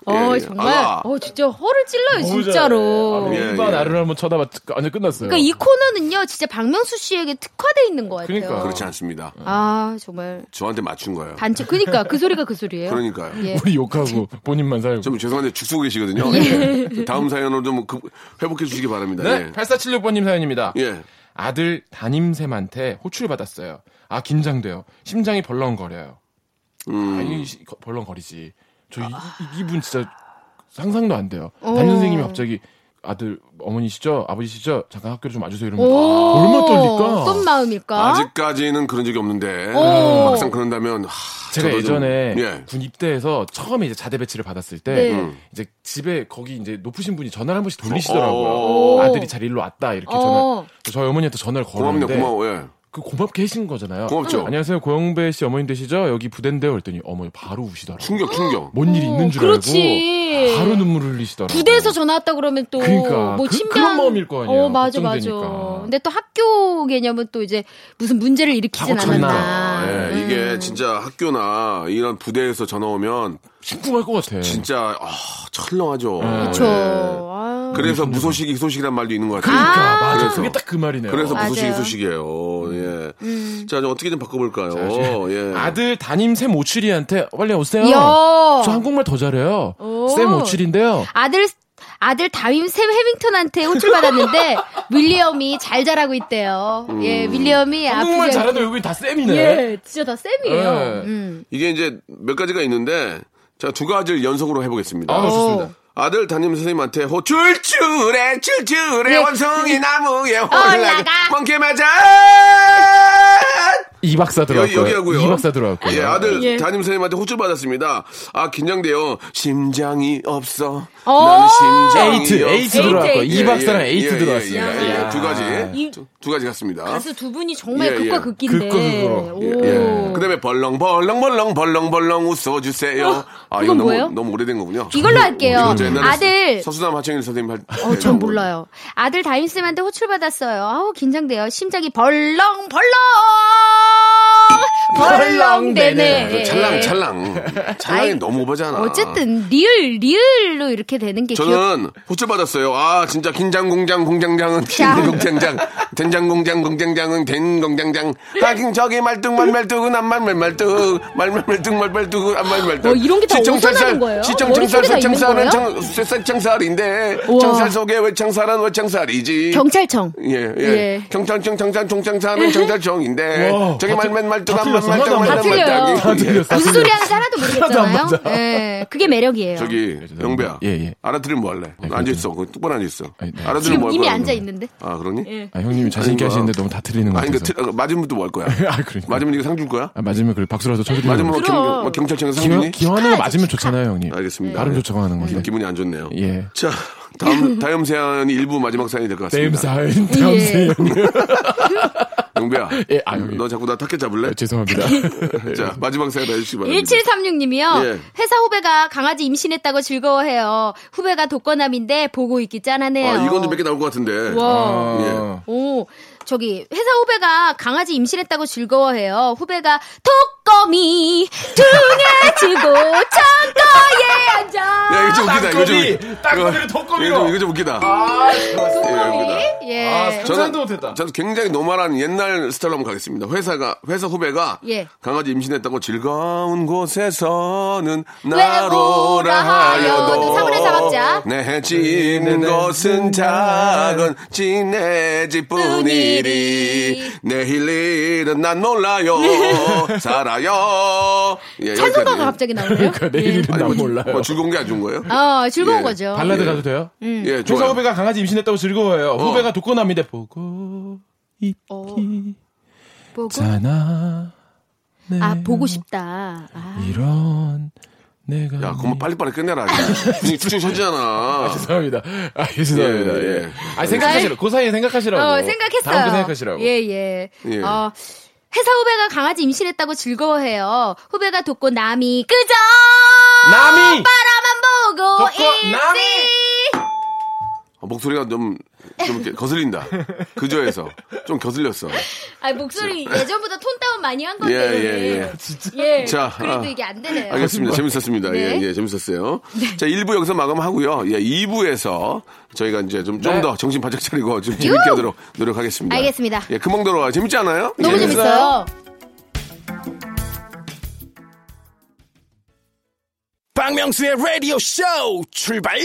[SPEAKER 3] 예,
[SPEAKER 4] 어, 정말.
[SPEAKER 3] 아가.
[SPEAKER 4] 어, 진짜 허를 찔러요, 진짜로.
[SPEAKER 3] 예,
[SPEAKER 2] 레일
[SPEAKER 3] 예.
[SPEAKER 2] 바나를 한번 쳐다봤 완전 끝났어요.
[SPEAKER 4] 그러니까 이 코너는요, 진짜 박명수 씨에게 특화돼 있는 것 같아요.
[SPEAKER 2] 그러니까.
[SPEAKER 3] 그렇지 않습니다.
[SPEAKER 4] 아, 정말.
[SPEAKER 3] 저한테 맞춘 거예요.
[SPEAKER 4] 반칙. 그니까, 그 소리가 그 소리예요.
[SPEAKER 3] 그러니까요.
[SPEAKER 4] 예.
[SPEAKER 2] 우리 욕하고 본인만 살고.
[SPEAKER 3] 좀 죄송한데 죽수고 계시거든요. 예. 다음 사연으로 좀 그- 회복해 주시기 바랍니다.
[SPEAKER 2] 네, 8476번님 사연입니다.
[SPEAKER 3] 예. 예.
[SPEAKER 2] 아들 담임쌤한테 호출 받았어요. 아 긴장돼요. 심장이 벌렁거려요.
[SPEAKER 3] 음.
[SPEAKER 2] 아니 시- 거- 벌렁거리지. 저 이,
[SPEAKER 4] 아.
[SPEAKER 2] 이 기분 진짜 상상도 안 돼요. 담임 선생님이 갑자기 아들 어머니시죠, 아버지시죠, 잠깐 학교로 좀 와주세요 이러면
[SPEAKER 4] 오.
[SPEAKER 2] 얼마나 떨릴까.
[SPEAKER 4] 어떤 마음일까?
[SPEAKER 3] 아직까지는 그런 적이 없는데
[SPEAKER 4] 오.
[SPEAKER 3] 막상 그런다면 하,
[SPEAKER 2] 제가
[SPEAKER 3] 저도 좀-
[SPEAKER 2] 예전에
[SPEAKER 3] 예.
[SPEAKER 2] 군 입대해서 처음에 이제 자대 배치를 받았을 때
[SPEAKER 4] 네.
[SPEAKER 3] 음.
[SPEAKER 2] 이제 집에 거기 이제 높으신 분이 전화를 한 번씩
[SPEAKER 3] 어,
[SPEAKER 2] 돌리시더라고요.
[SPEAKER 4] 어.
[SPEAKER 2] 아들이 잘 일로 왔다 이렇게 전화.
[SPEAKER 4] 어.
[SPEAKER 2] 저희 어머니한테 전화를 걸었는데
[SPEAKER 3] 고맙네요. 고마워. 예.
[SPEAKER 2] 그 고맙게 해신 거잖아요.
[SPEAKER 3] 고맙죠.
[SPEAKER 2] 응. 안녕하세요, 고영배 씨 어머님 되시죠? 여기 부대인데요. 그랬더니 어머니 바로 우시더라고요.
[SPEAKER 3] 충격 충격.
[SPEAKER 2] 뭔 일이
[SPEAKER 4] 어,
[SPEAKER 2] 있는 줄
[SPEAKER 4] 그렇지.
[SPEAKER 2] 알고 바로 눈물을 흘리시더라고요.
[SPEAKER 4] 부대에서 전화 왔다 그러면 또,
[SPEAKER 2] 그러니까.
[SPEAKER 4] 뭐,
[SPEAKER 2] 그-
[SPEAKER 4] 침대한.
[SPEAKER 2] 그런 마음일 거 아니에요.
[SPEAKER 4] 어, 맞아, 맞아.
[SPEAKER 2] 걱정되니까.
[SPEAKER 4] 근데 또 학교 개념은 또 이제 무슨 문제를 일으키진
[SPEAKER 2] 사고 쳤나.
[SPEAKER 4] 않았나.
[SPEAKER 2] 음.
[SPEAKER 4] 음. 거구나.
[SPEAKER 3] 예, 이게 진짜 학교나 이런 부대에서 전화 오면
[SPEAKER 2] 심쿵할 것 같아.
[SPEAKER 3] 진짜 아, 철렁하죠.
[SPEAKER 2] 음.
[SPEAKER 4] 그렇죠.
[SPEAKER 3] 예.
[SPEAKER 4] 아유.
[SPEAKER 3] 그래서 무소식이 소식이란 말도 있는 것 같아요.
[SPEAKER 2] 그러니까 맞아.
[SPEAKER 3] 그래서.
[SPEAKER 2] 그게 딱 그 말이네요.
[SPEAKER 3] 그래서
[SPEAKER 4] 맞아요. 음.
[SPEAKER 3] 무소식이 소식이에요. 예. 자, 이제 어떻게 좀 바꿔볼까요? 예.
[SPEAKER 2] 아들 담임 쌤 오칠이한테 빨리 오세요.
[SPEAKER 4] 야.
[SPEAKER 2] 저 한국말 더 잘해요.
[SPEAKER 4] 오.
[SPEAKER 2] 쌤 오칠인데요.
[SPEAKER 4] 아들 아들 담임 샘 해밍턴한테 호출 받았는데 윌리엄이 잘 자라고 있대요. 예, 윌리엄이
[SPEAKER 2] 음. 한국말
[SPEAKER 4] 아프지 않게-
[SPEAKER 2] 잘하는 외국인 다 쌤이네.
[SPEAKER 4] 예, 진짜 다 쌤이에요.
[SPEAKER 2] 예.
[SPEAKER 4] 음.
[SPEAKER 3] 이게 이제 몇 가지가 있는데, 자, 두 가지를 연속으로 해보겠습니다.
[SPEAKER 2] 아, 좋습니다.
[SPEAKER 3] 아들 담임 선생님한테 호 출출해 출출해
[SPEAKER 4] 네.
[SPEAKER 3] 원숭이 나무에
[SPEAKER 4] 올라가.
[SPEAKER 3] 올라가 멍게 맞아
[SPEAKER 2] 이 박사 들어갈
[SPEAKER 3] 여기
[SPEAKER 2] 거예요.
[SPEAKER 3] 여기 하고요
[SPEAKER 2] 이 박사 들어갈 거예요.
[SPEAKER 3] 예 아들
[SPEAKER 4] 예.
[SPEAKER 3] 담임 선생님한테 호출 받았습니다 아 긴장돼요 심장이 없어
[SPEAKER 4] 오.
[SPEAKER 3] 난 심장이
[SPEAKER 2] 에이트
[SPEAKER 3] 없어
[SPEAKER 2] 에이트 들어갈 거예요.
[SPEAKER 3] 예,
[SPEAKER 2] 이 박사랑
[SPEAKER 3] 예,
[SPEAKER 2] 에이트
[SPEAKER 3] 예,
[SPEAKER 2] 들어갔어요.
[SPEAKER 3] 예, 예, 예.
[SPEAKER 2] 이야.
[SPEAKER 3] 두 가지
[SPEAKER 4] 이-
[SPEAKER 3] 두, 두 가지 같습니다
[SPEAKER 4] 가수 두 분이 정말
[SPEAKER 3] 예,
[SPEAKER 4] 극과
[SPEAKER 3] 예.
[SPEAKER 4] 극인데.
[SPEAKER 2] 극과 극으로.
[SPEAKER 4] 오.
[SPEAKER 3] 예. 그다음에 벌렁벌렁 벌렁 벌렁 벌렁 웃어주세요 아 이거
[SPEAKER 4] 이건
[SPEAKER 3] 너무
[SPEAKER 4] 뭐예요?
[SPEAKER 3] 너무 오래된 거군요
[SPEAKER 4] 이걸로
[SPEAKER 2] 뭐
[SPEAKER 4] 할게요.
[SPEAKER 3] 이거 저 옛날에
[SPEAKER 4] 아들
[SPEAKER 3] 서수남 하청일 선생님 할 때.
[SPEAKER 4] 어, 전 몰라요. 아들 다임쌤한테 호출받았어요. 아우, 긴장돼요. 심장이 벌렁, 벌렁! 벌렁대네.
[SPEAKER 2] 벌렁대네.
[SPEAKER 3] 그 찰랑 찰랑 찰랑이
[SPEAKER 4] 예. 아이,
[SPEAKER 3] 너무 오바잖아.
[SPEAKER 4] 어쨌든, 리을, 리을로 이렇게 되는 게 귀엽
[SPEAKER 3] 저는 호출 받았어요. 아 진짜 긴장 공장 공장장은
[SPEAKER 4] 장.
[SPEAKER 3] 긴장 공장장, 된장 공장 공장장은 된 공장장. 하긴 저기 말뚝 말말뚝은 안말 말말뚝 말말말뚝 말말뚝은 안말 말뚝.
[SPEAKER 4] 어, 이런 게다 어디서 나는 거예요?
[SPEAKER 3] 시청
[SPEAKER 4] 머리
[SPEAKER 3] 청살
[SPEAKER 4] 소리가 있는
[SPEAKER 3] 청살은
[SPEAKER 4] 거예요?
[SPEAKER 3] 청 쇠살 청살인데
[SPEAKER 4] 우와.
[SPEAKER 3] 청살 속에 왜 청살은 왜 청살이지?
[SPEAKER 4] 경찰청.
[SPEAKER 3] 예, 예.
[SPEAKER 4] 예.
[SPEAKER 3] 경찰청, 청산, 총장사는 경찰청인데,
[SPEAKER 2] 와,
[SPEAKER 3] 저기
[SPEAKER 2] 다
[SPEAKER 3] 말맨 말뚝, 안말
[SPEAKER 2] 틀렸어.
[SPEAKER 3] 말뚝,
[SPEAKER 2] 하나도 안
[SPEAKER 3] 말만
[SPEAKER 4] 맞아. 다
[SPEAKER 3] 말뚝.
[SPEAKER 4] 틀려요.
[SPEAKER 3] 예.
[SPEAKER 4] 무슨 소리 하는지 하나도 모르겠잖아요. 예, 그게 매력이에요.
[SPEAKER 3] 저기, 영배야.
[SPEAKER 2] 예, 예.
[SPEAKER 3] 알아들으면 뭐 할래? 앉아있어. 거기 뚝 앉아있어.
[SPEAKER 2] 아니, 네.
[SPEAKER 3] 알아들으면 뭐
[SPEAKER 4] 지금
[SPEAKER 3] 할
[SPEAKER 4] 이미
[SPEAKER 3] 거야?
[SPEAKER 4] 앉아있는데. 예.
[SPEAKER 3] 아, 그러니?
[SPEAKER 2] 아, 형님이 자신 있게
[SPEAKER 3] 아닌가?
[SPEAKER 2] 하시는데 너무 다 틀리는 것
[SPEAKER 3] 아니, 그,
[SPEAKER 2] 같아서.
[SPEAKER 3] 틀- 어, 맞으면 또 뭐 할 거야?
[SPEAKER 2] 아, 그러니까.
[SPEAKER 3] 맞으면 이거 상 줄 거야?
[SPEAKER 2] 아, 맞으면 그래 박수라도 쳐드리는
[SPEAKER 3] 맞으면 뭐
[SPEAKER 2] 거죠.
[SPEAKER 3] 경, 뭐 경찰청에서 상 주니?
[SPEAKER 2] 기왕 하는 거 맞으면 좋잖아요, 형님.
[SPEAKER 3] 알겠습니다.
[SPEAKER 2] 나름
[SPEAKER 3] 예.
[SPEAKER 2] 좋다고 하는 건데.
[SPEAKER 3] 기- 기분이 안 좋네요.
[SPEAKER 2] 예.
[SPEAKER 3] 자, 다음, 다음 세안이 일부 마지막 사연이 될 것
[SPEAKER 2] 댐
[SPEAKER 3] 같습니다.
[SPEAKER 2] 네, 사인, 댐
[SPEAKER 4] 예.
[SPEAKER 2] 사인.
[SPEAKER 3] 영배야.
[SPEAKER 2] 예, 아, 여기.
[SPEAKER 3] 너 자꾸 나 타켓 잡을래?
[SPEAKER 2] 아, 죄송합니다.
[SPEAKER 4] 예.
[SPEAKER 3] 자, 마지막 사연 해주시기 바랍니다.
[SPEAKER 4] 1736님이요.
[SPEAKER 3] 예.
[SPEAKER 4] 회사 후배가 강아지 임신했다고 즐거워해요. 후배가 독거남인데 보고 있기 짠하네요.
[SPEAKER 3] 아, 이건 좀 몇 개 나올 것 같은데.
[SPEAKER 4] 와.
[SPEAKER 2] 어,
[SPEAKER 4] 오, 저기 회사 후배가 강아지 임신했다고 즐거워해요. 후배가 독거미 둥해지고 창가에
[SPEAKER 3] 야,
[SPEAKER 4] 앉아.
[SPEAKER 3] 이거 좀 웃기다. 이거 좀.
[SPEAKER 2] 땅거미!
[SPEAKER 3] 이거-
[SPEAKER 2] 땅거미를 덕거미로!
[SPEAKER 3] 이거 좀- 이거 좀 웃기다.
[SPEAKER 4] 독거미. 예.
[SPEAKER 2] 네, 아, 저- 상상도 못했다.
[SPEAKER 3] 저는 굉장히 노멀한 옛날 스타일로 한번 가겠습니다. 회사가, 회사 후배가
[SPEAKER 4] 예.
[SPEAKER 3] 강아지 임신했다고 즐거운 곳에서는
[SPEAKER 4] 외로라
[SPEAKER 3] 나로라
[SPEAKER 4] 하여도
[SPEAKER 3] 하여도
[SPEAKER 4] 사물의 사막자.
[SPEAKER 3] 내 집는 것은 작은 지내 집뿐이리 내 힐리는 난 몰라요 살아요 예,
[SPEAKER 4] 찬송가가
[SPEAKER 3] 여기까지.
[SPEAKER 4] 갑자기 나오네요.
[SPEAKER 2] 그러니까 내 이름은
[SPEAKER 3] 아니,
[SPEAKER 2] 나
[SPEAKER 3] 뭐,
[SPEAKER 2] 몰라요.
[SPEAKER 3] 뭐 즐거운 게 안 좋은 거예요?
[SPEAKER 4] 예. 어, 음. 즐거운
[SPEAKER 3] 예.
[SPEAKER 4] 거죠.
[SPEAKER 2] 발라드
[SPEAKER 3] 예.
[SPEAKER 2] 가도 돼요?
[SPEAKER 3] 예,
[SPEAKER 2] 회사
[SPEAKER 3] 좋아요. 어.
[SPEAKER 2] 후배가 강아지 임신했다고 즐거워해요. 후배가 독거남인데 보고
[SPEAKER 4] 어.
[SPEAKER 2] 있기
[SPEAKER 4] 보고
[SPEAKER 2] 잖아. 네.
[SPEAKER 4] 아 보고 싶다. 아,
[SPEAKER 2] 예. 이런 내가.
[SPEAKER 3] 야, 뭐 그만 빨리빨리 끝내라. 야. 분위기 축축 처지잖아.
[SPEAKER 2] 죄송합니다. 아, 예, 죄송합니다.
[SPEAKER 3] 예,
[SPEAKER 2] 예,
[SPEAKER 3] 예.
[SPEAKER 2] 아, 생각하시라고. 그 사이에 생각하시라고.
[SPEAKER 4] 네. 어 생각했어요.
[SPEAKER 2] 다음 거 생각하시라고.
[SPEAKER 4] 예예.
[SPEAKER 3] 예.
[SPEAKER 4] 어. 회사 후배가 강아지 임신했다고 즐거워해요. 후배가 돕고 남이 그저 아,
[SPEAKER 2] 남이!
[SPEAKER 4] 바라만 보고
[SPEAKER 2] 돕고 남이!
[SPEAKER 4] 있지.
[SPEAKER 3] 아, 목소리가 좀, 좀 이렇게 거슬린다. 그저에서. 좀 거슬렸어.
[SPEAKER 4] 아 목소리 예전보다 톤 다운 많이 한 건데.
[SPEAKER 3] 예, 예, 예.
[SPEAKER 4] 진짜. 예.
[SPEAKER 3] 자,
[SPEAKER 4] 그래도
[SPEAKER 3] 아.
[SPEAKER 4] 이게 안 되네요.
[SPEAKER 3] 알겠습니다. 재밌었습니다.
[SPEAKER 4] 네.
[SPEAKER 3] 예, 예, 재밌었어요. 자, 1부 여기서 마감하고요. 예, 2부에서 저희가 이제 좀, 좀 더 정신 바짝 차리고 좀 재밌게 하도록 노력하겠습니다.
[SPEAKER 4] 네. 알겠습니다.
[SPEAKER 3] 예, 금방 돌아와. 재밌지 않아요?
[SPEAKER 4] 너무
[SPEAKER 3] 예.
[SPEAKER 4] 재밌어요.
[SPEAKER 1] 박명수의 라디오 쇼 출발!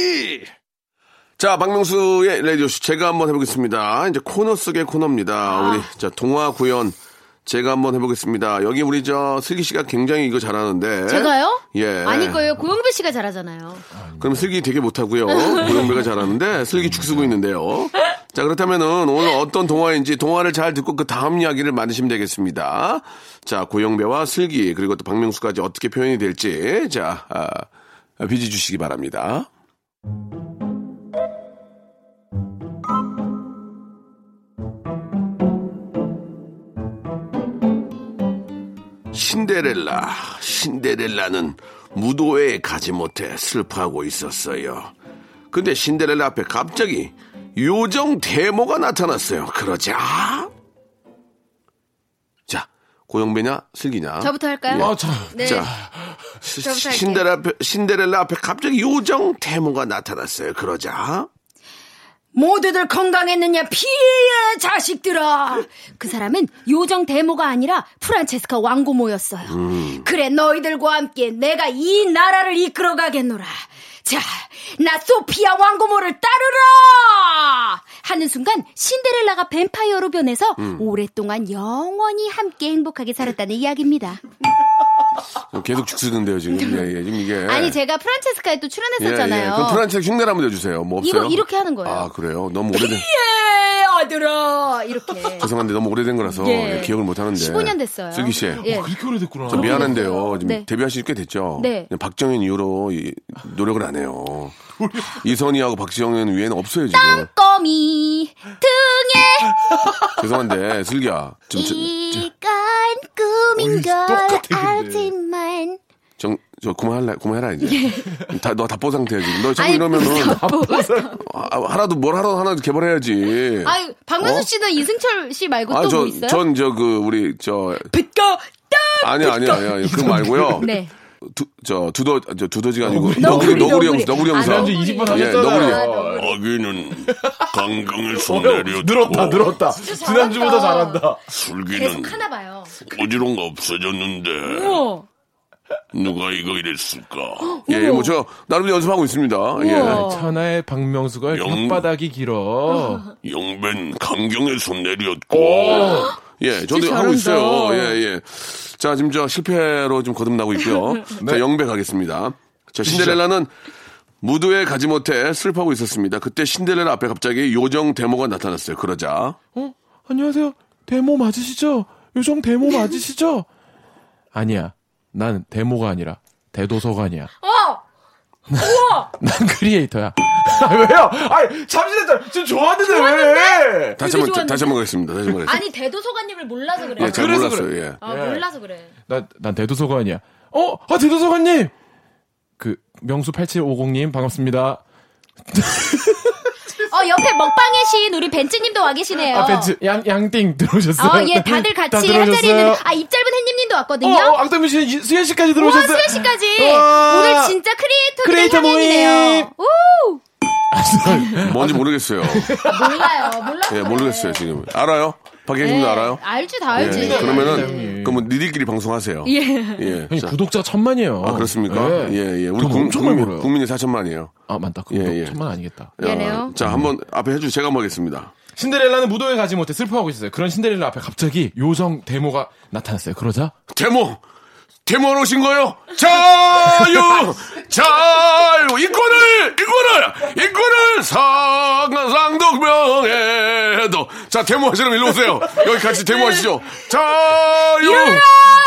[SPEAKER 3] 자, 박명수의 라디오쇼. 제가 한번 해보겠습니다. 이제 코너 속의 코너입니다.
[SPEAKER 4] 아.
[SPEAKER 3] 우리, 자, 동화 구연. 제가 한번 해보겠습니다. 여기 우리 저 슬기 씨가 굉장히 이거 잘하는데.
[SPEAKER 4] 제가요?
[SPEAKER 3] 예.
[SPEAKER 4] 아닐 거예요. 고영배 씨가 잘하잖아요.
[SPEAKER 3] 그럼 슬기 되게 못하고요. 고영배가 잘하는데 슬기 축쓰고 있는데요. 자 그렇다면은 오늘 어떤 동화인지 동화를 잘 듣고 그 다음 이야기를 만드시면 되겠습니다. 자 고영배와 슬기 그리고 또 박명수까지 어떻게 표현이 될지 자 아, 빚이 주시기 바랍니다. 신데렐라, 신데렐라는 무도회에 가지 못해 슬퍼하고 있었어요. 근데 신데렐라 앞에 갑자기 요정 대모가 나타났어요. 그러자. 자, 고영배냐 슬기냐. 예.
[SPEAKER 4] 저부터 할까요?
[SPEAKER 2] 아, 자.
[SPEAKER 4] 네.
[SPEAKER 3] 자, 시-
[SPEAKER 4] 저부터 할게요.
[SPEAKER 3] 신데렐라 앞에, 신데렐라 앞에 갑자기 요정 태모가 나타났어요. 그러자
[SPEAKER 4] 모두들 건강했느냐 피해 자식들아 그 사람은 요정 데모가 아니라 프란체스카 왕고모였어요
[SPEAKER 3] 음.
[SPEAKER 4] 그래 너희들과 함께 내가 이 나라를 이끌어 가겠노라 자 나 소피아 왕고모를 따르라 하는 순간 신데렐라가 뱀파이어로 변해서
[SPEAKER 3] 음.
[SPEAKER 4] 오랫동안 영원히 함께 행복하게 살았다는 이야기입니다
[SPEAKER 3] 계속 죽쓰는데요 지금. 예, 예, 지금 이게. 예,
[SPEAKER 4] 아니 제가 프란체스카에 또 출연했었잖아요
[SPEAKER 3] 그럼 프란체스 흉내 한번 내주세요. 뭐 없어요?
[SPEAKER 4] 이거 이렇게 하는 거예요.
[SPEAKER 3] 아 그래요? 너무 오래된.
[SPEAKER 4] 예 아들아 이렇게
[SPEAKER 3] 죄송한데 너무 오래된 거라서
[SPEAKER 4] 예.
[SPEAKER 3] 예, 기억을 못 하는데.
[SPEAKER 4] 15년 됐어요
[SPEAKER 3] 슬기 씨.
[SPEAKER 4] 예.
[SPEAKER 2] 어, 그렇게 오래됐구나.
[SPEAKER 3] 저 미안한데요. 지금
[SPEAKER 4] 네.
[SPEAKER 3] 데뷔하신 지 꽤 됐죠.
[SPEAKER 4] 네.
[SPEAKER 3] 그냥 박정현 이후로 이- 노력을 안 해요. 이선희하고 박정현 위에는 없어요 지금.
[SPEAKER 4] 땅거미 등에
[SPEAKER 3] 죄송한데 슬기야. 지금 아, 저,
[SPEAKER 4] 이건 꿈인 걸
[SPEAKER 2] 똑같아, 근데.
[SPEAKER 4] 알지만
[SPEAKER 3] 정, 저 그만할래, 그만해라 이제. 다, 너 답보 상태야 지금. 너 자꾸
[SPEAKER 4] 예. 아니,
[SPEAKER 3] 이러면은 아, 하나도 뭘 하라도 하나 개발해야지.
[SPEAKER 4] 아유 박명수
[SPEAKER 3] 어?
[SPEAKER 4] 씨는 이승철 씨 말고 또 뭐 있어요?
[SPEAKER 3] 전 저 그 우리 저
[SPEAKER 4] 빛과
[SPEAKER 3] 아니야 아니야 아니야 그거 말고요.
[SPEAKER 4] 네.
[SPEAKER 3] 두, 저 두더 저 두더지가 아니고
[SPEAKER 4] 너구리,
[SPEAKER 3] 너구리 너구리 형사 너구리
[SPEAKER 4] 너구리. 아,
[SPEAKER 3] 형사.
[SPEAKER 2] 지난주 20번
[SPEAKER 4] 예,
[SPEAKER 3] 너구리.
[SPEAKER 2] 하셨잖아요. 어,
[SPEAKER 4] 너구리.
[SPEAKER 3] 아기는 강강에서
[SPEAKER 2] 늘었다, 늘었다. 지난주보다 잘한다.
[SPEAKER 4] 계속
[SPEAKER 3] 술기는
[SPEAKER 4] 하나 봐요.
[SPEAKER 3] 어지런가 없어졌는데.
[SPEAKER 4] 어.
[SPEAKER 3] 누가 이거 이랬을까? 예, 뭐 저 나름 연습하고 있습니다.
[SPEAKER 4] 우와.
[SPEAKER 3] 예.
[SPEAKER 2] 네, 천하의 박명수가
[SPEAKER 3] 영.
[SPEAKER 2] 혓바닥이 길어.
[SPEAKER 3] 예. 영변 강경의 손 내렸고. 예, 저도 하고 있어요. 예, 예. 자, 지금 저 실패로 좀 거듭나고 있고요.
[SPEAKER 2] 네.
[SPEAKER 3] 자, 영배 가겠습니다. 자, 신데렐라는 무도에 가지 못해 슬퍼하고 있었습니다. 그때 신데렐라 앞에 갑자기 요정 데모가 나타났어요. 그러자
[SPEAKER 2] 어? 안녕하세요. 데모 맞으시죠? 요정 데모 맞으시죠? 아니야. 난 데모가 아니라 대도서관이야.
[SPEAKER 4] 어.
[SPEAKER 2] 난 크리에이터야. 아, 왜요? 아니, 잠시만요. 지금 좋아하는데 왜?
[SPEAKER 3] 다시
[SPEAKER 4] 되게
[SPEAKER 3] 한번
[SPEAKER 4] 좋았는데?
[SPEAKER 3] 다시 한번 가겠습니다. 다시 한번 가겠습니다.
[SPEAKER 4] 아니 대도서관님을 몰라서 그래.
[SPEAKER 3] 예, 잘
[SPEAKER 2] 그래서
[SPEAKER 3] 몰랐어요.
[SPEAKER 2] 그래.
[SPEAKER 3] 예.
[SPEAKER 4] 아
[SPEAKER 2] 예.
[SPEAKER 4] 몰라서 그래.
[SPEAKER 2] 나, 난 대도서관이야. 어? 아, 대도서관님! 그, 명수8750님, 반갑습니다.
[SPEAKER 4] 어 옆에 먹방의 시인 우리 벤츠님도 와 계시네요.
[SPEAKER 2] 아, 벤츠, 양, 양띵 들어오셨어요. 네.
[SPEAKER 4] 어, 예, 다들 같이
[SPEAKER 2] 다
[SPEAKER 4] 한 자리에
[SPEAKER 2] 들어오셨어요.
[SPEAKER 4] 있는 아입 짧은 햇님님도
[SPEAKER 2] 어,
[SPEAKER 4] 왔거든요.
[SPEAKER 2] 어, 악담미 씨, 이- 수현 씨까지
[SPEAKER 4] 와
[SPEAKER 2] 들어오셨어요.
[SPEAKER 4] 수현 씨까지
[SPEAKER 2] 와.
[SPEAKER 4] 뭐 오늘 진짜 크리에이터들의
[SPEAKER 2] 크리에이터
[SPEAKER 4] 협연이네요.
[SPEAKER 2] 모임.
[SPEAKER 4] 오
[SPEAKER 2] 아, 네.
[SPEAKER 3] 예. 뭔지 모르겠어요.
[SPEAKER 4] 몰라요 몰랐어요. 네.
[SPEAKER 3] 예, 모르겠어요, 지금. 알아요? 박혜진도 알아요?
[SPEAKER 4] 알지 다 알지.
[SPEAKER 2] 네,
[SPEAKER 3] 예, 그러면은
[SPEAKER 2] 알죠.
[SPEAKER 3] 그럼 뭐 니들끼리 방송하세요.
[SPEAKER 4] 예.
[SPEAKER 3] 예.
[SPEAKER 2] 형님,
[SPEAKER 3] 자,
[SPEAKER 2] 구독자 천만이에요.
[SPEAKER 3] 아, 그렇습니까? 예, 예. 우리
[SPEAKER 2] 국,
[SPEAKER 3] 국,
[SPEAKER 2] 엄청 많이
[SPEAKER 3] 국민,
[SPEAKER 2] 벌어요.
[SPEAKER 3] 국민이 4천만이에요.
[SPEAKER 2] 아, 맞다.
[SPEAKER 3] 예,
[SPEAKER 2] 구독
[SPEAKER 3] 예.
[SPEAKER 2] 천만 아니겠다.
[SPEAKER 4] 미안해요.
[SPEAKER 3] 자, 한번 앞에 해주 제가 한번 하겠습니다.
[SPEAKER 2] 신데렐라는 무도에 가지 못해 슬퍼하고 있었어요. 그런 신데렐라 앞에 갑자기 요정 데모가 나타났어요. 그러자
[SPEAKER 3] 데모! 데모로 오신 거요? 자유! 자유! 인권을! 인권을! 인권을! 상상동명에도 자, 데모 하시는 일로 오세요. 여기 같이 데모 하시죠. 자유!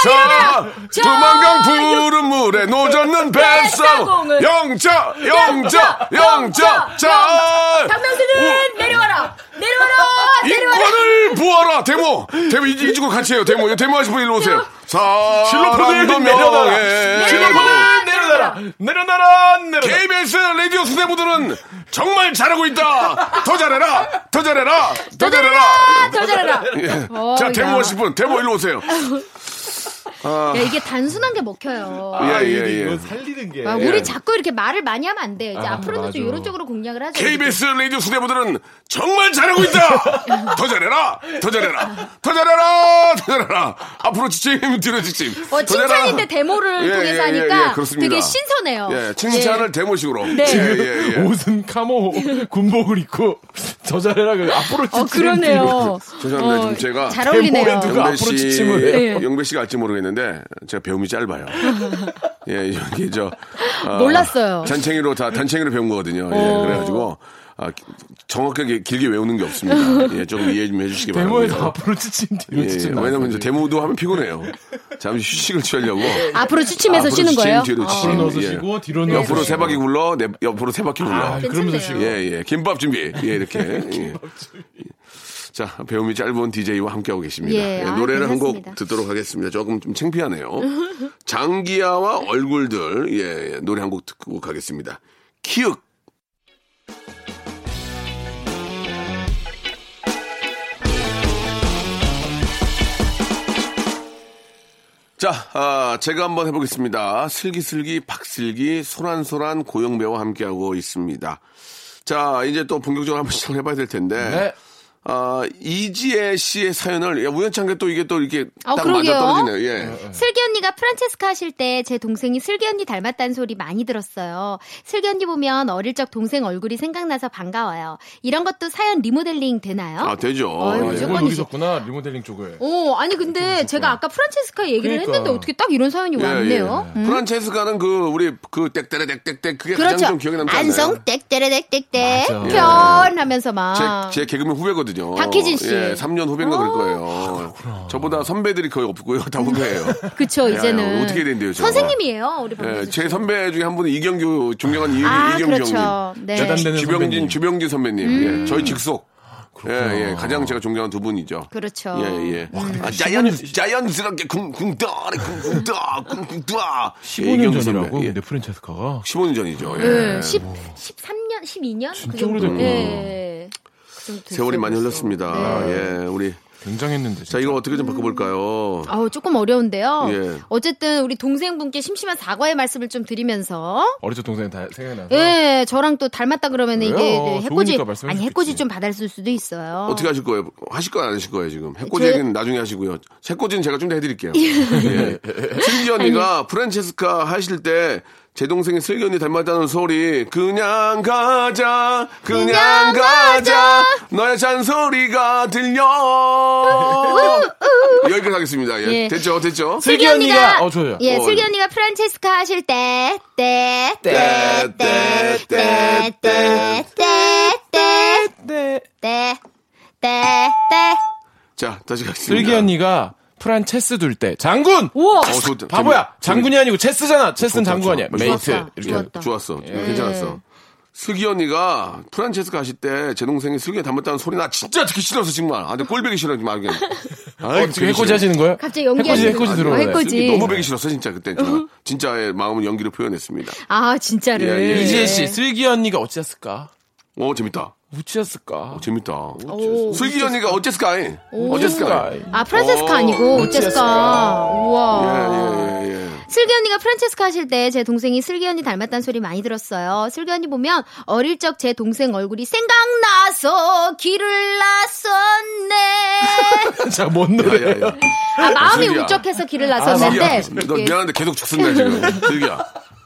[SPEAKER 3] 자! 두만강 푸른 물에 노젓는 뱃사공!
[SPEAKER 4] 뱃사공은
[SPEAKER 3] 영자! 영자! 영자! 자!
[SPEAKER 4] 박명수는 내려와라 내려와라 내려와라.
[SPEAKER 3] 인권을 부어라 데모 데모 이- 이쪽으로 같이 해요 데모 이거 데모 하실 분 일로 오세요
[SPEAKER 2] 실로폰을
[SPEAKER 3] 사랑도
[SPEAKER 2] 내려놔라.
[SPEAKER 3] 명예.
[SPEAKER 2] 실로폰을 내려놔라. 내려놔라. 내려놔라.
[SPEAKER 3] KBS 라디오 수뇌부들은 정말 잘하고 있다 더 잘해라 더 잘해라 더 잘해라
[SPEAKER 4] 아, 더 잘해라.
[SPEAKER 3] 예.
[SPEAKER 4] 어,
[SPEAKER 3] 자
[SPEAKER 4] 야.
[SPEAKER 3] 데모 하실 분 데모 일로 오세요 아.
[SPEAKER 4] 야, 이게 단순한 게 먹혀요.
[SPEAKER 3] 예, 예, 예.
[SPEAKER 2] 이거 살리는 게.
[SPEAKER 4] 아,
[SPEAKER 3] 예.
[SPEAKER 4] 우리 자꾸 이렇게 말을 많이 하면 안 돼요. 이제
[SPEAKER 2] 아,
[SPEAKER 4] 앞으로는 좀
[SPEAKER 2] 맞아.
[SPEAKER 4] 이런 쪽으로 공략을 하죠.
[SPEAKER 3] KBS 라디오 수뇌부들은 정말 잘하고 있다 더 잘해라 더 잘해라 더 잘해라 더 잘해라 앞으로 지침 뒤로 지침
[SPEAKER 4] 어,
[SPEAKER 3] 더 잘해라.
[SPEAKER 4] 칭찬인데 데모를
[SPEAKER 3] 예,
[SPEAKER 4] 통해서
[SPEAKER 3] 예, 예,
[SPEAKER 4] 하니까
[SPEAKER 3] 예, 그렇습니다.
[SPEAKER 4] 되게 신선해요.
[SPEAKER 3] 예, 칭찬을 데모식으로. 네. 예, 예, 예.
[SPEAKER 2] 옷은 카모 군복을 입고 저 자리라 그 앞으로
[SPEAKER 4] 어,
[SPEAKER 2] 찌푸리는
[SPEAKER 4] 그러네요.
[SPEAKER 3] 죄송합니다.
[SPEAKER 4] 어,
[SPEAKER 3] 지금 제가 예,
[SPEAKER 4] 잘
[SPEAKER 3] 아, 뭐,
[SPEAKER 4] 어울리네요.
[SPEAKER 2] 데모에 누가 앞으로 지침을
[SPEAKER 4] 해요?
[SPEAKER 3] 영배 씨가 알지 모르겠는데 제가 배움이 짧아요. 예, 여기 저 아,
[SPEAKER 4] 몰랐어요. 어.
[SPEAKER 3] 잔챙이로 다 단챙이로 배운 거거든요. 예, 그래가지고 아, 기- 정확하게 길게 외우는 게 없습니다. 예, 조금 이해 좀 해주시기
[SPEAKER 2] 데모에서
[SPEAKER 3] 바랍니다.
[SPEAKER 2] 앞으로 지침
[SPEAKER 3] 예,
[SPEAKER 2] 뒤로
[SPEAKER 3] 예,
[SPEAKER 2] 지침.
[SPEAKER 3] 왜냐면 이제 데모도 하면 피곤해요. 잠시 휴식을 취하려고
[SPEAKER 4] 앞으로
[SPEAKER 3] 뭐,
[SPEAKER 4] 추침해서
[SPEAKER 3] 앞으로
[SPEAKER 4] 쉬는
[SPEAKER 3] 지침,
[SPEAKER 4] 거예요. 아.
[SPEAKER 3] 뒤로 지침. 예.
[SPEAKER 2] 앞으로 넣으시고 뒤로 넣으시고
[SPEAKER 3] 옆으로 세 바퀴 굴러, 내- 옆으로 세 바퀴 굴러.
[SPEAKER 2] 아, 그러면서
[SPEAKER 4] 괜찮네요.
[SPEAKER 2] 쉬고.
[SPEAKER 3] 예, 예. 김밥 준비. 예, 이렇게. 예. 자, 배움이 짧은 DJ와 함께하고 계십니다.
[SPEAKER 4] 예, 아,
[SPEAKER 3] 노래를 한 곡
[SPEAKER 4] 괜찮습니다.
[SPEAKER 3] 듣도록 하겠습니다. 조금 좀 창피하네요. 장기야와 얼굴들. 예, 예. 노래 한 곡 듣고 가겠습니다. 키읔. 자, 아, 제가 한번 해보겠습니다. 슬기슬기, 박슬기, 소란소란 고영배와 함께하고 있습니다. 자, 이제 또 본격적으로 한번 시작을 해봐야 될 텐데.
[SPEAKER 2] 네.
[SPEAKER 3] 아, 이지혜 씨의 사연을, 야, 우연찮게 또 이게 또 이렇게
[SPEAKER 4] 아,
[SPEAKER 6] 어,
[SPEAKER 3] 딱
[SPEAKER 6] 그러게요.
[SPEAKER 3] 맞아떨어지네요. 예.
[SPEAKER 4] 슬기 언니가 프란체스카 하실 때 제 동생이 슬기 언니 닮았다는 소리 많이 들었어요. 슬기 언니 보면 어릴 적 동생 얼굴이 생각나서 반가워요. 이런 것도 사연 리모델링 되나요?
[SPEAKER 3] 아, 되죠. 예.
[SPEAKER 4] 아유, 무조건
[SPEAKER 2] 이걸
[SPEAKER 4] 이제-
[SPEAKER 2] 네. 노리셨구나 리모델링 쪽을.
[SPEAKER 4] 오, 어, 아니 근데 제가 아까 프란체스카 얘기를
[SPEAKER 2] 그러니까.
[SPEAKER 4] 했는데 어떻게 딱 이런 사연이 왔네요. 음.
[SPEAKER 3] 예, 프란체스가는 그, 우리 그, 땡때레땡땡땡 그게 가장
[SPEAKER 4] 그렇죠.
[SPEAKER 3] 좀 기억에 남지 않나요?
[SPEAKER 4] 안성 땡때레땡땡땡
[SPEAKER 2] 맞아.
[SPEAKER 4] 편 하면서 막.
[SPEAKER 3] 제, 제 개그맨 후배거든요.
[SPEAKER 4] 아. 박희진 씨. 아,
[SPEAKER 3] 예, 3년 후배인가 그럴 거예요. 저보다 선배들이 거의 없고요. 다 후배예요.
[SPEAKER 4] 그쵸
[SPEAKER 3] 야,
[SPEAKER 4] 이제는.
[SPEAKER 3] 어떻게 된대요, 저거?
[SPEAKER 4] 선생님이에요 우리 박
[SPEAKER 3] 예,
[SPEAKER 4] 교수.
[SPEAKER 3] 제 선배 중에 한 분은 이경규, 존경한 이,
[SPEAKER 4] 아
[SPEAKER 3] 이경규
[SPEAKER 4] 그렇죠. 음.
[SPEAKER 3] 형님.
[SPEAKER 4] 네.
[SPEAKER 2] 재단되는
[SPEAKER 3] 주병진,
[SPEAKER 2] 선배님.
[SPEAKER 3] 주병진 선배님. 예, 저희 직속. 예, 예, 가장 제가 존경하는 두 분이죠.
[SPEAKER 4] 그렇죠.
[SPEAKER 3] 예, 예. 아, 자연, 자연스럽게 쿵쿵떠, 쿵쿵떠, 쿵쿵떠. 예,
[SPEAKER 2] 15년 전이라고 근데 프란체스카가
[SPEAKER 3] 15년 전이죠. 예.
[SPEAKER 4] 네, 10, 13년, 12년? 그
[SPEAKER 2] 진짜
[SPEAKER 4] 정도?
[SPEAKER 2] 오래됐구나.
[SPEAKER 4] 예. 그 정도 됐어요,
[SPEAKER 3] 세월이 많이
[SPEAKER 4] 벌써.
[SPEAKER 3] 흘렀습니다. 예, 우리.
[SPEAKER 2] 굉장했는데. 진짜.
[SPEAKER 3] 자, 이걸 어떻게 좀 바꿔볼까요?
[SPEAKER 4] 아우, 조금 어려운데요.
[SPEAKER 3] 예.
[SPEAKER 4] 어쨌든 우리 동생분께 심심한 사과의 말씀을 좀 드리면서
[SPEAKER 2] 어릴 적 동생이 다 생각나서.
[SPEAKER 4] 예, 저랑 또 닮았다 그러면 이게
[SPEAKER 2] 왜요?
[SPEAKER 4] 네, 해코지
[SPEAKER 2] 좋으니까 말씀해
[SPEAKER 4] 아니
[SPEAKER 2] 주셨겠지.
[SPEAKER 4] 해코지 좀 받았을 수도 있어요.
[SPEAKER 3] 어떻게 하실 거예요? 하실 거예요? 안 하실 거예요, 지금? 해코지
[SPEAKER 4] 저-
[SPEAKER 3] 얘기는 나중에 하시고요. 해코지는 제가 좀 더 해드릴게요. 예. 슬기 언니가 프란체스카 하실 때, 제 동생이 슬기 언니 닮았다는 소리, 그냥 가자, 그냥, 가자, 너의 잔소리가 들려. 여기까지 하겠습니다. 예.
[SPEAKER 4] 예.
[SPEAKER 3] 됐죠, 됐죠?
[SPEAKER 2] 슬기 언니가 어 줘요.
[SPEAKER 4] 예,
[SPEAKER 3] 어,
[SPEAKER 4] 슬기
[SPEAKER 3] 예.
[SPEAKER 4] 언니가 프란체스카 하실 때, 때,
[SPEAKER 3] 때,
[SPEAKER 4] 때, 때, 때, 때, 때, 때,
[SPEAKER 2] 네.
[SPEAKER 4] 때, 때, 때.
[SPEAKER 3] 자, 다시 가겠습니다.
[SPEAKER 2] 슬기 언니가 프란체스 둘 때 장군.
[SPEAKER 4] 우와!
[SPEAKER 3] 어, 좋다.
[SPEAKER 2] 바보야. 장군이 아니고 체스잖아. 체스는
[SPEAKER 3] 좋다,
[SPEAKER 2] 장군 아니야.
[SPEAKER 3] 좋다.
[SPEAKER 2] 메이트.
[SPEAKER 4] 좋았다.
[SPEAKER 2] 이렇게.
[SPEAKER 3] 예,
[SPEAKER 4] 좋았다.
[SPEAKER 3] 좋았어. 괜찮았어. 슬기 언니가 프란체스카 하실 때 제 동생이 슬기 닮았다는 소리 나 진짜 듣기 싫어서 정말. 아, 근데 꼴 배기 싫어 지금 알게.
[SPEAKER 2] 어, 지금 해코지 하시는 거예요?
[SPEAKER 4] 갑자기 연기하는
[SPEAKER 2] 해코지 해코지
[SPEAKER 4] 거.
[SPEAKER 2] 들어오네.
[SPEAKER 4] 해코지.
[SPEAKER 3] 슬기 너무 배기 싫었어 진짜 그때 정말. 진짜의 마음은 연기로 표현했습니다.
[SPEAKER 4] 아, 진짜를.
[SPEAKER 3] 예, 예.
[SPEAKER 2] 이지혜 씨, 슬기 언니가 어찌했을까?
[SPEAKER 3] 오 재밌다.
[SPEAKER 2] 어찌했을까?
[SPEAKER 3] 오, 재밌다.
[SPEAKER 4] 오,
[SPEAKER 3] 슬기 언니가 어째스까? 어째스까? 예,
[SPEAKER 4] 아, 프란체스카 아니고,
[SPEAKER 2] 오,
[SPEAKER 4] 어째스카.
[SPEAKER 2] 어째스카.
[SPEAKER 4] 우와.
[SPEAKER 3] 예, 예, 예.
[SPEAKER 4] 슬기 언니가 프란체스카 하실 때 제 동생이 슬기 언니 닮았다는 소리 많이 들었어요. 슬기 언니 보면 어릴 적 제 동생 얼굴이 생각나서 길을 나섰네.
[SPEAKER 2] 자, 뭔
[SPEAKER 3] 야,
[SPEAKER 2] 노래예요?
[SPEAKER 3] 야, 야.
[SPEAKER 4] 아, 마음이
[SPEAKER 3] 슬기야.
[SPEAKER 4] 울적해서 길을
[SPEAKER 2] 아,
[SPEAKER 3] 슬기야,
[SPEAKER 4] 나섰는데.
[SPEAKER 3] 너
[SPEAKER 4] 예.
[SPEAKER 3] 미안한데 계속 죽순다 지금. 슬기야.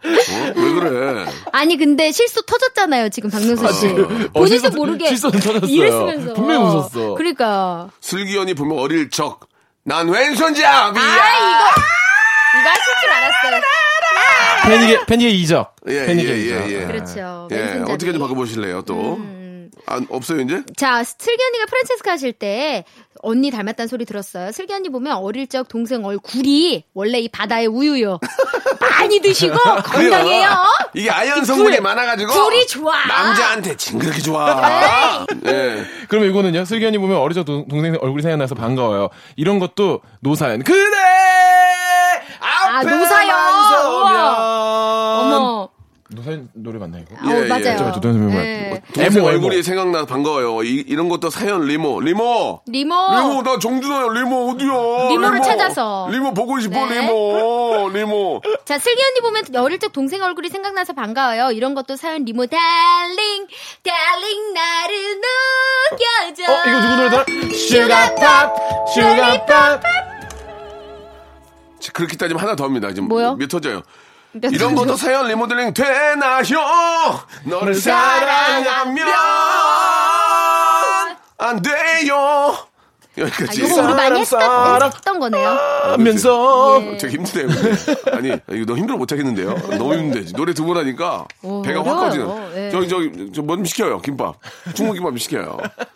[SPEAKER 3] 어? 왜 그래?
[SPEAKER 4] 아니 근데 실수 터졌잖아요 지금 박명수 씨.
[SPEAKER 2] 어,
[SPEAKER 4] 본인도
[SPEAKER 2] 실수-
[SPEAKER 4] 모르게
[SPEAKER 2] 실수는 터졌어요.
[SPEAKER 4] 이랬으면서
[SPEAKER 2] 분명히 웃었어.
[SPEAKER 4] 그러니까
[SPEAKER 3] 슬기 언니 보면 어릴 적. 난 왼손잡이야.
[SPEAKER 4] 아, 이거 하실 줄 알았어요.
[SPEAKER 2] 패닉의, 패닉의 이적.
[SPEAKER 3] 예,
[SPEAKER 2] 패닉의
[SPEAKER 3] 예,
[SPEAKER 2] 이적.
[SPEAKER 3] 예, 예.
[SPEAKER 4] 그렇죠.
[SPEAKER 3] 예,
[SPEAKER 4] 왼손잡이. 음.
[SPEAKER 3] 어떻게 좀 바꿔보실래요, 또? 안, 없어요, 이제?
[SPEAKER 4] 자, 슬기 언니가 프란체스카 하실 때 언니 닮았다는 소리 들었어요. 슬기 언니 보면 어릴 적 동생 얼굴이 원래 이 바다의 우유요. 많이 드시고 건강해요.
[SPEAKER 3] 이게 아연 성분이
[SPEAKER 4] 굴,
[SPEAKER 3] 많아가지고.
[SPEAKER 4] 굴이 좋아.
[SPEAKER 3] 남자한테 징그럽게 좋아. 예.
[SPEAKER 2] 그럼 이거는요. 슬기 언니 보면 어릴 적 동- 동생 얼굴이 생각나서 반가워요. 이런 것도 노사연. 그래!
[SPEAKER 4] 아,
[SPEAKER 2] 앞에만
[SPEAKER 4] 노사연!
[SPEAKER 2] 서면.
[SPEAKER 4] 어머.
[SPEAKER 2] 노사연 노래 맞나, 이거?
[SPEAKER 4] 어,
[SPEAKER 3] 예, 예.
[SPEAKER 4] 맞아요.
[SPEAKER 2] 음, 저, 뭐. 저, 저, 저, 저, 저.
[SPEAKER 4] 예.
[SPEAKER 3] 동생
[SPEAKER 2] 에모, 에모.
[SPEAKER 3] 얼굴이 생각나서 반가워요. 이, 이런 것도 사연 리모. 리모!
[SPEAKER 4] 리모.
[SPEAKER 3] 리모, 나 정준호야, 리모, 어디야?
[SPEAKER 4] 리모를 찾아서.
[SPEAKER 3] 리모 보고 싶어,
[SPEAKER 4] 네.
[SPEAKER 3] 리모. 리모.
[SPEAKER 4] 자, 슬기 언니 보면 어릴 적 동생 얼굴이 생각나서 반가워요. 이런 것도 사연 리모 달링, 달링 나를 녹여줘.
[SPEAKER 2] 어, 이거 누구 노래더라? 슈가팝, 슈가팝.
[SPEAKER 3] 자, 그렇게 따지면 하나 더 합니다. 지금
[SPEAKER 4] 뭐요?
[SPEAKER 3] 몇 터져요.
[SPEAKER 4] 몇
[SPEAKER 3] 이런
[SPEAKER 4] 가지?
[SPEAKER 3] 것도 사연 리모델링 되나요? 너를 사랑하면 안 돼요.
[SPEAKER 4] 아,
[SPEAKER 3] 여기까지.
[SPEAKER 4] 이거 우리 많이 했던,
[SPEAKER 2] 사람,
[SPEAKER 4] 했던 거네요.
[SPEAKER 2] 하면서.
[SPEAKER 3] 아, 되게 힘드네요. 근데. 아니, 이거 너무 힘들어 못하겠는데요? 너무 힘들지. 노래 두 번 하니까
[SPEAKER 4] 오,
[SPEAKER 3] 배가 확
[SPEAKER 4] 어려워요.
[SPEAKER 3] 꺼지는.
[SPEAKER 4] 예.
[SPEAKER 3] 저기, 저기, 저뭔 시켜요? 김밥. 중국김밥 시켜요.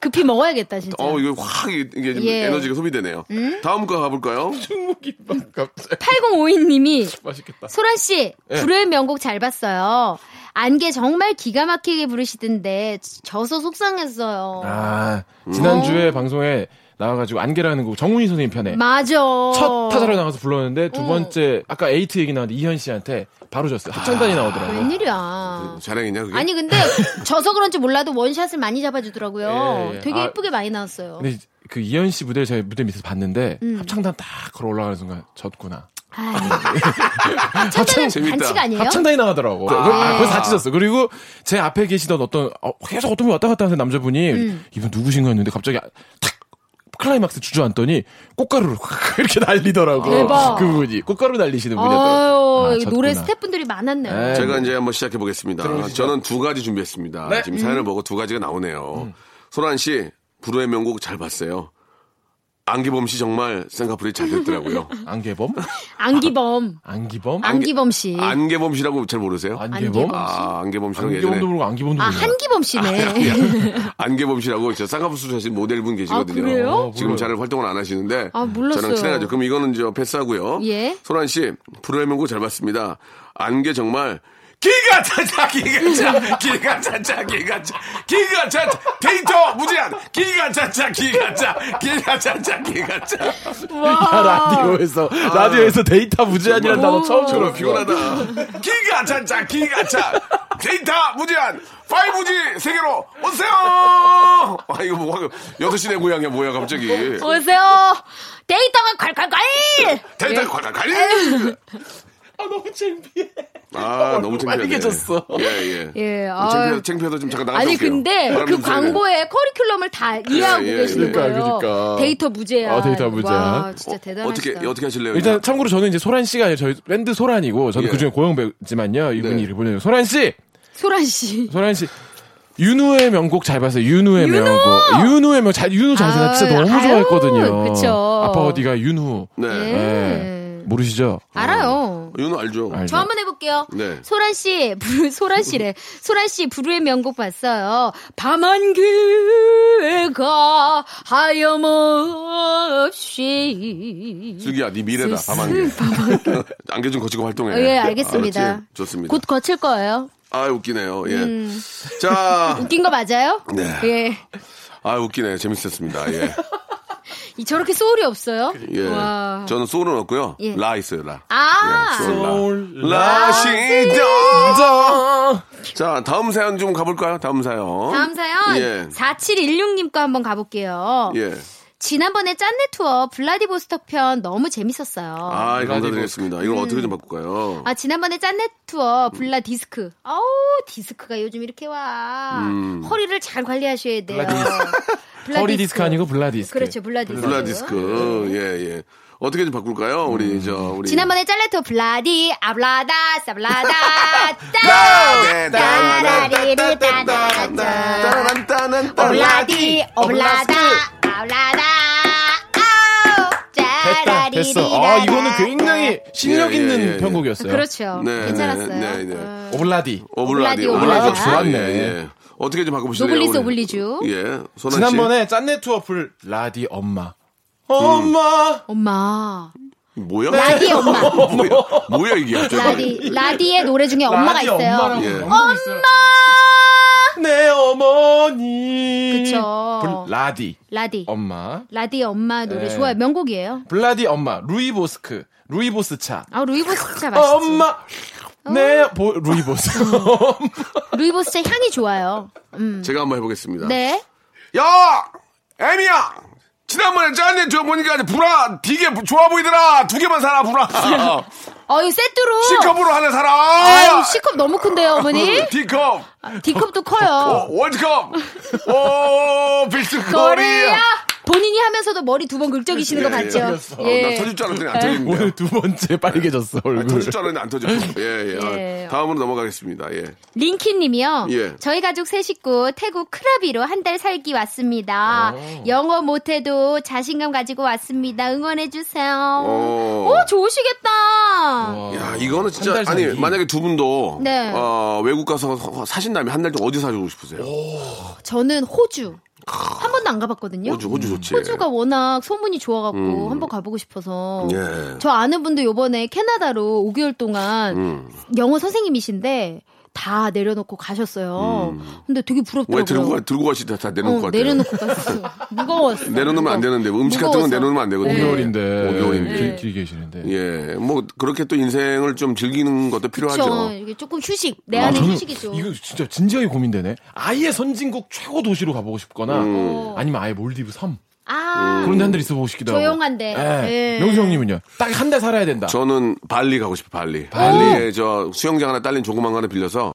[SPEAKER 4] 급히 먹어야겠다, 진짜.
[SPEAKER 3] 어, 이거 확 이게 좀
[SPEAKER 4] 예.
[SPEAKER 3] 에너지가 소비되네요. 다음 거 가볼까요?
[SPEAKER 2] 중국김밥 갑자기
[SPEAKER 4] 8052님이
[SPEAKER 2] 아, 맛있겠다.
[SPEAKER 4] 소란 씨
[SPEAKER 2] 예.
[SPEAKER 4] 불의 명곡 잘 봤어요. 안개 정말 기가 막히게 부르시던데 져서 속상했어요.
[SPEAKER 2] 아, 지난주에 방송에 나와가지고 안개라는 곡 정훈이 선생님 편에
[SPEAKER 4] 맞아.
[SPEAKER 2] 예.
[SPEAKER 4] 어.
[SPEAKER 2] 첫 타자로 나가서 불렀는데 두 번째, 아까 에이트 얘기 나왔는데 이현 씨한테 바로 줬어요. 합창단이
[SPEAKER 4] 아,
[SPEAKER 2] 나오더라고요. 아.
[SPEAKER 4] 웬일이야.
[SPEAKER 3] 아, 자랑이냐, 그게?
[SPEAKER 4] 아니 근데 져서 그런지 몰라도 원샷을 많이 잡아주더라고요.
[SPEAKER 2] 예, 예.
[SPEAKER 4] 되게
[SPEAKER 2] 아,
[SPEAKER 4] 예쁘게 많이 나왔어요.
[SPEAKER 2] 근데 그 이현 씨 무대를 제가 무대 밑에서 봤는데 합창단 딱 걸어 올라가는 순간 졌구나. 합창
[SPEAKER 3] 재밌다.
[SPEAKER 4] 반칙 아, 아니에요?
[SPEAKER 2] 합창단이 나가더라고. 아, 그래서 다 찢었어. 그리고 제 앞에 계시던 어떤 어, 계속 어떤 분 왔다 갔다 하는 남자분이
[SPEAKER 4] 음.
[SPEAKER 2] 이분 누구신가 했는데 갑자기 아, 탁 클라이막스 주저앉더니 꽃가루를 확 이렇게 날리더라고.
[SPEAKER 4] 아, 대박.
[SPEAKER 2] 그분이 꽃가루 날리시는 분이었더라고. 아,
[SPEAKER 4] 아유,
[SPEAKER 2] 졌구나.
[SPEAKER 4] 노래 스태프분들이 많았네요.
[SPEAKER 2] 네.
[SPEAKER 3] 제가 이제 한번 시작해 보겠습니다. 저는 두 가지 준비했습니다.
[SPEAKER 2] 네.
[SPEAKER 3] 지금 사연을
[SPEAKER 2] 음.
[SPEAKER 3] 보고 두 가지가 나오네요. 소란 씨, 불후의 명곡 잘 봤어요. 안기범 씨 정말 생각보다 잘 됐더라고요.
[SPEAKER 2] 음. 안개범?
[SPEAKER 4] 안기범.
[SPEAKER 2] 아, 안기범?
[SPEAKER 3] 아,
[SPEAKER 4] 안기범 씨.
[SPEAKER 3] 안개범 씨라고 잘 모르세요?
[SPEAKER 2] 안개범?
[SPEAKER 4] 안개범.
[SPEAKER 3] 아, 안개범 씨랑 예전에
[SPEAKER 2] 안개범도 모르고 안기범도
[SPEAKER 4] 아,
[SPEAKER 2] 모르고.
[SPEAKER 4] 한기범
[SPEAKER 2] 예.
[SPEAKER 4] 씨네.
[SPEAKER 3] 안개범 씨라고 저 쌍꺼풀 하신 모델분 계시거든요.
[SPEAKER 4] 예. 아, 그래요?
[SPEAKER 2] 어,
[SPEAKER 3] 지금
[SPEAKER 2] 몰라요.
[SPEAKER 3] 잘 활동을 안 하시는데
[SPEAKER 4] 아, 몰랐어요.
[SPEAKER 3] 저랑 친해가지고 그럼 이거는 저 패스하고요.
[SPEAKER 4] 예.
[SPEAKER 3] 소란 씨 불후의 명곡 잘 봤습니다. 안개 정말 기가 차차 기가 차 기가 차차 기가 차 기가 차 데이터 무제한 기가 차차 기가 차 기가 차차 기가 차
[SPEAKER 2] 야, 아, 라디오에서 라디오에서 데이터 무제한이라는 단어 처음
[SPEAKER 3] 아. 저런
[SPEAKER 2] 들었어.
[SPEAKER 3] 피곤하다 기가 차차 기가 차 데이터 무제한 5G 세계로 오세요 아 이거 뭐 방금 6시 내 고향이야 뭐야
[SPEAKER 4] 어, 예.
[SPEAKER 3] 갑자기
[SPEAKER 4] 오세요. 데이터가 콸콸콸!
[SPEAKER 3] 데이터 과가 갈리
[SPEAKER 2] 아 너무 창피해.
[SPEAKER 3] 아, 너무 창피하네.
[SPEAKER 2] 빨개졌어.
[SPEAKER 3] 예, 예.
[SPEAKER 4] 예,
[SPEAKER 3] 뭐
[SPEAKER 4] 아.
[SPEAKER 3] 창피해, 창피해서 좀 잠깐 나갔다
[SPEAKER 4] 아니
[SPEAKER 3] 올게요.
[SPEAKER 4] 근데
[SPEAKER 3] 바람
[SPEAKER 4] 그
[SPEAKER 3] 좀 쐬게.
[SPEAKER 4] 광고의 커리큘럼을 다 이해하고
[SPEAKER 3] 그렇죠. 예, 예,
[SPEAKER 4] 계시는
[SPEAKER 3] 그러니까,
[SPEAKER 4] 거예요.
[SPEAKER 2] 그러니까.
[SPEAKER 4] 데이터 무제한.
[SPEAKER 2] 아, 데이터 무제한.
[SPEAKER 4] 와, 진짜 대단하시다.
[SPEAKER 3] 어떻게 어떻게 하실래요?
[SPEAKER 2] 일단 참고로 저는 이제 소란 씨가 아니라 저희 밴드 소란이고 저는
[SPEAKER 3] 예.
[SPEAKER 2] 그중에 고용 배우지만요. 이분이
[SPEAKER 3] 네.
[SPEAKER 2] 이렇게 보내요. 소란 씨,
[SPEAKER 4] 소란 씨.
[SPEAKER 3] 어.
[SPEAKER 2] 소란 씨. 윤우의 명곡 잘 봤어요. 윤우의 명곡. 윤우의 명, 잘, 윤우 잘 생각 진짜
[SPEAKER 4] 아유,
[SPEAKER 2] 너무
[SPEAKER 4] 아유,
[SPEAKER 2] 좋아했거든요.
[SPEAKER 4] 그쵸.
[SPEAKER 2] 아빠 어디가 윤우.
[SPEAKER 3] 네.
[SPEAKER 4] 예.
[SPEAKER 3] 네.
[SPEAKER 2] 모르시죠?
[SPEAKER 4] 알아요.
[SPEAKER 3] 이거는 알죠.
[SPEAKER 2] 알죠.
[SPEAKER 4] 저 한번 해볼게요.
[SPEAKER 3] 네.
[SPEAKER 4] 소란 씨, 부르, 소란 씨래. 소란 씨, 부르의 명곡 봤어요. 밤안개가 하염없이.
[SPEAKER 3] 슬기야, 네 미래다.
[SPEAKER 4] 슬-
[SPEAKER 3] 밤안개. 안개 좀 거치고 활동해.
[SPEAKER 4] 예, 알겠습니다.
[SPEAKER 3] 알았지? 좋습니다.
[SPEAKER 4] 곧 음. 거칠 거예요.
[SPEAKER 3] 아, 웃기네요. 예. 자,
[SPEAKER 4] 웃긴 거 맞아요?
[SPEAKER 3] 네.
[SPEAKER 4] 예.
[SPEAKER 3] 아, 웃기네. 재밌었습니다. 예.
[SPEAKER 4] 이- 저렇게 소울이 없어요?
[SPEAKER 3] 예.
[SPEAKER 4] 와.
[SPEAKER 3] 저는 소울은 없고요.
[SPEAKER 4] 예.
[SPEAKER 3] 라 있어요, 라.
[SPEAKER 4] 아!
[SPEAKER 3] 예, 소울,
[SPEAKER 2] 소울,
[SPEAKER 3] 라. 라시더. 자, 다음 사연 좀 가볼까요? 다음 사연.
[SPEAKER 4] 다음 사연
[SPEAKER 3] 예.
[SPEAKER 4] 4716님 거 한번 가볼게요.
[SPEAKER 3] 예.
[SPEAKER 4] 지난번에 짠내 투어 블라디보스톡 편 너무 재밌었어요. 아.
[SPEAKER 3] 아, 감사드리겠습니다. 이걸 어떻게 좀 바꿀까요?
[SPEAKER 4] 지난번에 짠내 투어 블라 디스크. 아우 디스크가 요즘 이렇게 와. 허리를 잘 관리하셔야 돼요. 블라
[SPEAKER 2] 허리 디스크 아니고 블라 디스크.
[SPEAKER 4] 그렇죠 블라 디스크.
[SPEAKER 3] 블라 디스크. 예, 예. 어떻게 좀 바꿀까요? 우리 저 우리
[SPEAKER 4] 지난번에 짠내 투어 블라디 아블라다 사블라다
[SPEAKER 3] 따!
[SPEAKER 4] 따라리를 따라라
[SPEAKER 3] 따란 따란 따란
[SPEAKER 4] 오블라디 오블라다 아블라다 아우
[SPEAKER 2] 됐다,
[SPEAKER 4] 짜라리리 네.
[SPEAKER 2] 됐어. 아, 이거는 굉장히 실력
[SPEAKER 3] 예, 예,
[SPEAKER 2] 있는
[SPEAKER 3] 예, 예.
[SPEAKER 2] 편곡이었어요.
[SPEAKER 4] 그렇죠
[SPEAKER 3] 네,
[SPEAKER 4] 괜찮았어요
[SPEAKER 3] 네, 네, 네.
[SPEAKER 4] 어,
[SPEAKER 2] 오블라디.
[SPEAKER 3] 오블라디
[SPEAKER 4] 오블라디,
[SPEAKER 3] 오블라디
[SPEAKER 4] 오블라디.
[SPEAKER 2] 좋았네.
[SPEAKER 3] 예, 예. 어떻게 좀 바꿔보실래요?
[SPEAKER 4] 노블리스
[SPEAKER 3] 우리?
[SPEAKER 4] 오블리주
[SPEAKER 3] 예. 손한
[SPEAKER 2] 지난번에 짠내 투어 블라디 엄마. 음. 엄마.
[SPEAKER 4] 엄마
[SPEAKER 3] 씨. 뭐야?
[SPEAKER 4] 라디 엄마
[SPEAKER 3] 뭐야? 뭐야 이게? 갑자기?
[SPEAKER 4] 라디 라디의 노래 중에 엄마가
[SPEAKER 2] 라디
[SPEAKER 4] 있어요
[SPEAKER 2] 엄마라고
[SPEAKER 3] 예.
[SPEAKER 2] 방송이 있어요. 내 어머니.
[SPEAKER 4] 그쵸.
[SPEAKER 2] 블라디
[SPEAKER 4] 라디
[SPEAKER 2] 엄마.
[SPEAKER 4] 라디 엄마 노래
[SPEAKER 2] 네.
[SPEAKER 4] 좋아요 명곡이에요
[SPEAKER 2] 블라디 엄마. 루이보스크. 루이보스차.
[SPEAKER 4] 아 루이보스 차 맛있지 어? 음.
[SPEAKER 2] 엄마. 내 보, 루이보스.
[SPEAKER 4] 루이보스 차 향이 좋아요
[SPEAKER 3] 제가 한번 해보겠습니다.
[SPEAKER 4] 음. 네
[SPEAKER 3] 야, 애미야. 지난번에 짠네 저 보니까 불화 되게 좋아 보이더라. 두 개만 사라 불화.
[SPEAKER 4] 어유 세트로
[SPEAKER 3] C컵으로 하나 사라.
[SPEAKER 4] 아. 아유 C컵 너무 큰데요 어머니
[SPEAKER 3] D컵.
[SPEAKER 4] D컵도 커요
[SPEAKER 3] 어, 월드컵! 오, 필승
[SPEAKER 4] 거리야
[SPEAKER 3] 거리야!
[SPEAKER 4] 본인이 하면서도 머리 두 번 긁적이시는 거 봤죠? 네.
[SPEAKER 3] 예. 어, 나 터질 줄 알았더니 안
[SPEAKER 2] 오늘
[SPEAKER 3] 터지는데.
[SPEAKER 2] 두 번째 빨개졌어,
[SPEAKER 3] 아니,
[SPEAKER 2] 얼굴.
[SPEAKER 3] 터질 줄 알았는데 안 터져. 예, 예.
[SPEAKER 4] 예.
[SPEAKER 3] 아, 다음으로 넘어가겠습니다. 예.
[SPEAKER 4] 링키님이요.
[SPEAKER 3] 예.
[SPEAKER 4] 저희 가족 세 식구 태국 크라비로 한 달 살기 왔습니다.
[SPEAKER 3] 아.
[SPEAKER 4] 영어 못해도 자신감 가지고 왔습니다. 응원해 주세요.
[SPEAKER 3] 오.
[SPEAKER 4] 오, 좋으시겠다.
[SPEAKER 3] 어. 야, 이거는 진짜
[SPEAKER 2] 한달
[SPEAKER 3] 아니
[SPEAKER 2] 살기.
[SPEAKER 3] 만약에 두 분도
[SPEAKER 4] 어? 네.
[SPEAKER 3] 어, 외국 가서 사- 사신다면 한 달 동안 어디 사시고 싶으세요?
[SPEAKER 4] 저는 호주 한 번도 안 가봤거든요.
[SPEAKER 3] 호주, 호주 어, 좋지. 음.
[SPEAKER 4] 호주가 뭐 워낙 소문이 좋아갖고 한번 가보고 싶어서.
[SPEAKER 3] 예.
[SPEAKER 4] 저 아는 분도 요번에 캐나다로 5개월 동안
[SPEAKER 3] 음.
[SPEAKER 4] 영어 선생님이신데 다 내려놓고 가셨어요. 근데 되게 부럽더라고요.
[SPEAKER 3] 왜 음. 들고 가, 들고 가시 다, 다 내놓을 것
[SPEAKER 4] 어,
[SPEAKER 3] 같아요.
[SPEAKER 4] 내려놓고 갔어. 무거웠어. 네.
[SPEAKER 3] 내려놓으면 안 되는데 음식 같은 건 내려놓으면 안 되거든요.
[SPEAKER 2] 5개월인데.
[SPEAKER 3] 5개월인데.
[SPEAKER 2] 길, 길게 계시는데.
[SPEAKER 3] 예. 뭐 그렇게 또 인생을 좀 즐기는 것도 필요하죠.
[SPEAKER 4] 그렇죠. 이게 조금 휴식. 내
[SPEAKER 2] 아,
[SPEAKER 4] 안에
[SPEAKER 2] 저는
[SPEAKER 4] 휴식이죠.
[SPEAKER 2] 이거 진짜
[SPEAKER 3] 음.
[SPEAKER 2] 진지하게 고민되네. 아예 선진국 최고 도시로 가보고 싶거나 아니면 아예 몰디브 섬.
[SPEAKER 4] 아,
[SPEAKER 2] 그런 데한데 있어 보고 싶기도 하고.
[SPEAKER 4] 조용한데.
[SPEAKER 2] 예.
[SPEAKER 4] 예.
[SPEAKER 2] 명수 형님은요? 딱 한 달 살아야 된다.
[SPEAKER 3] 예, 저는 발리 가고 싶어요, 발리. 발리에 저 수영장 하나 딸린 조그만 거 하나 빌려서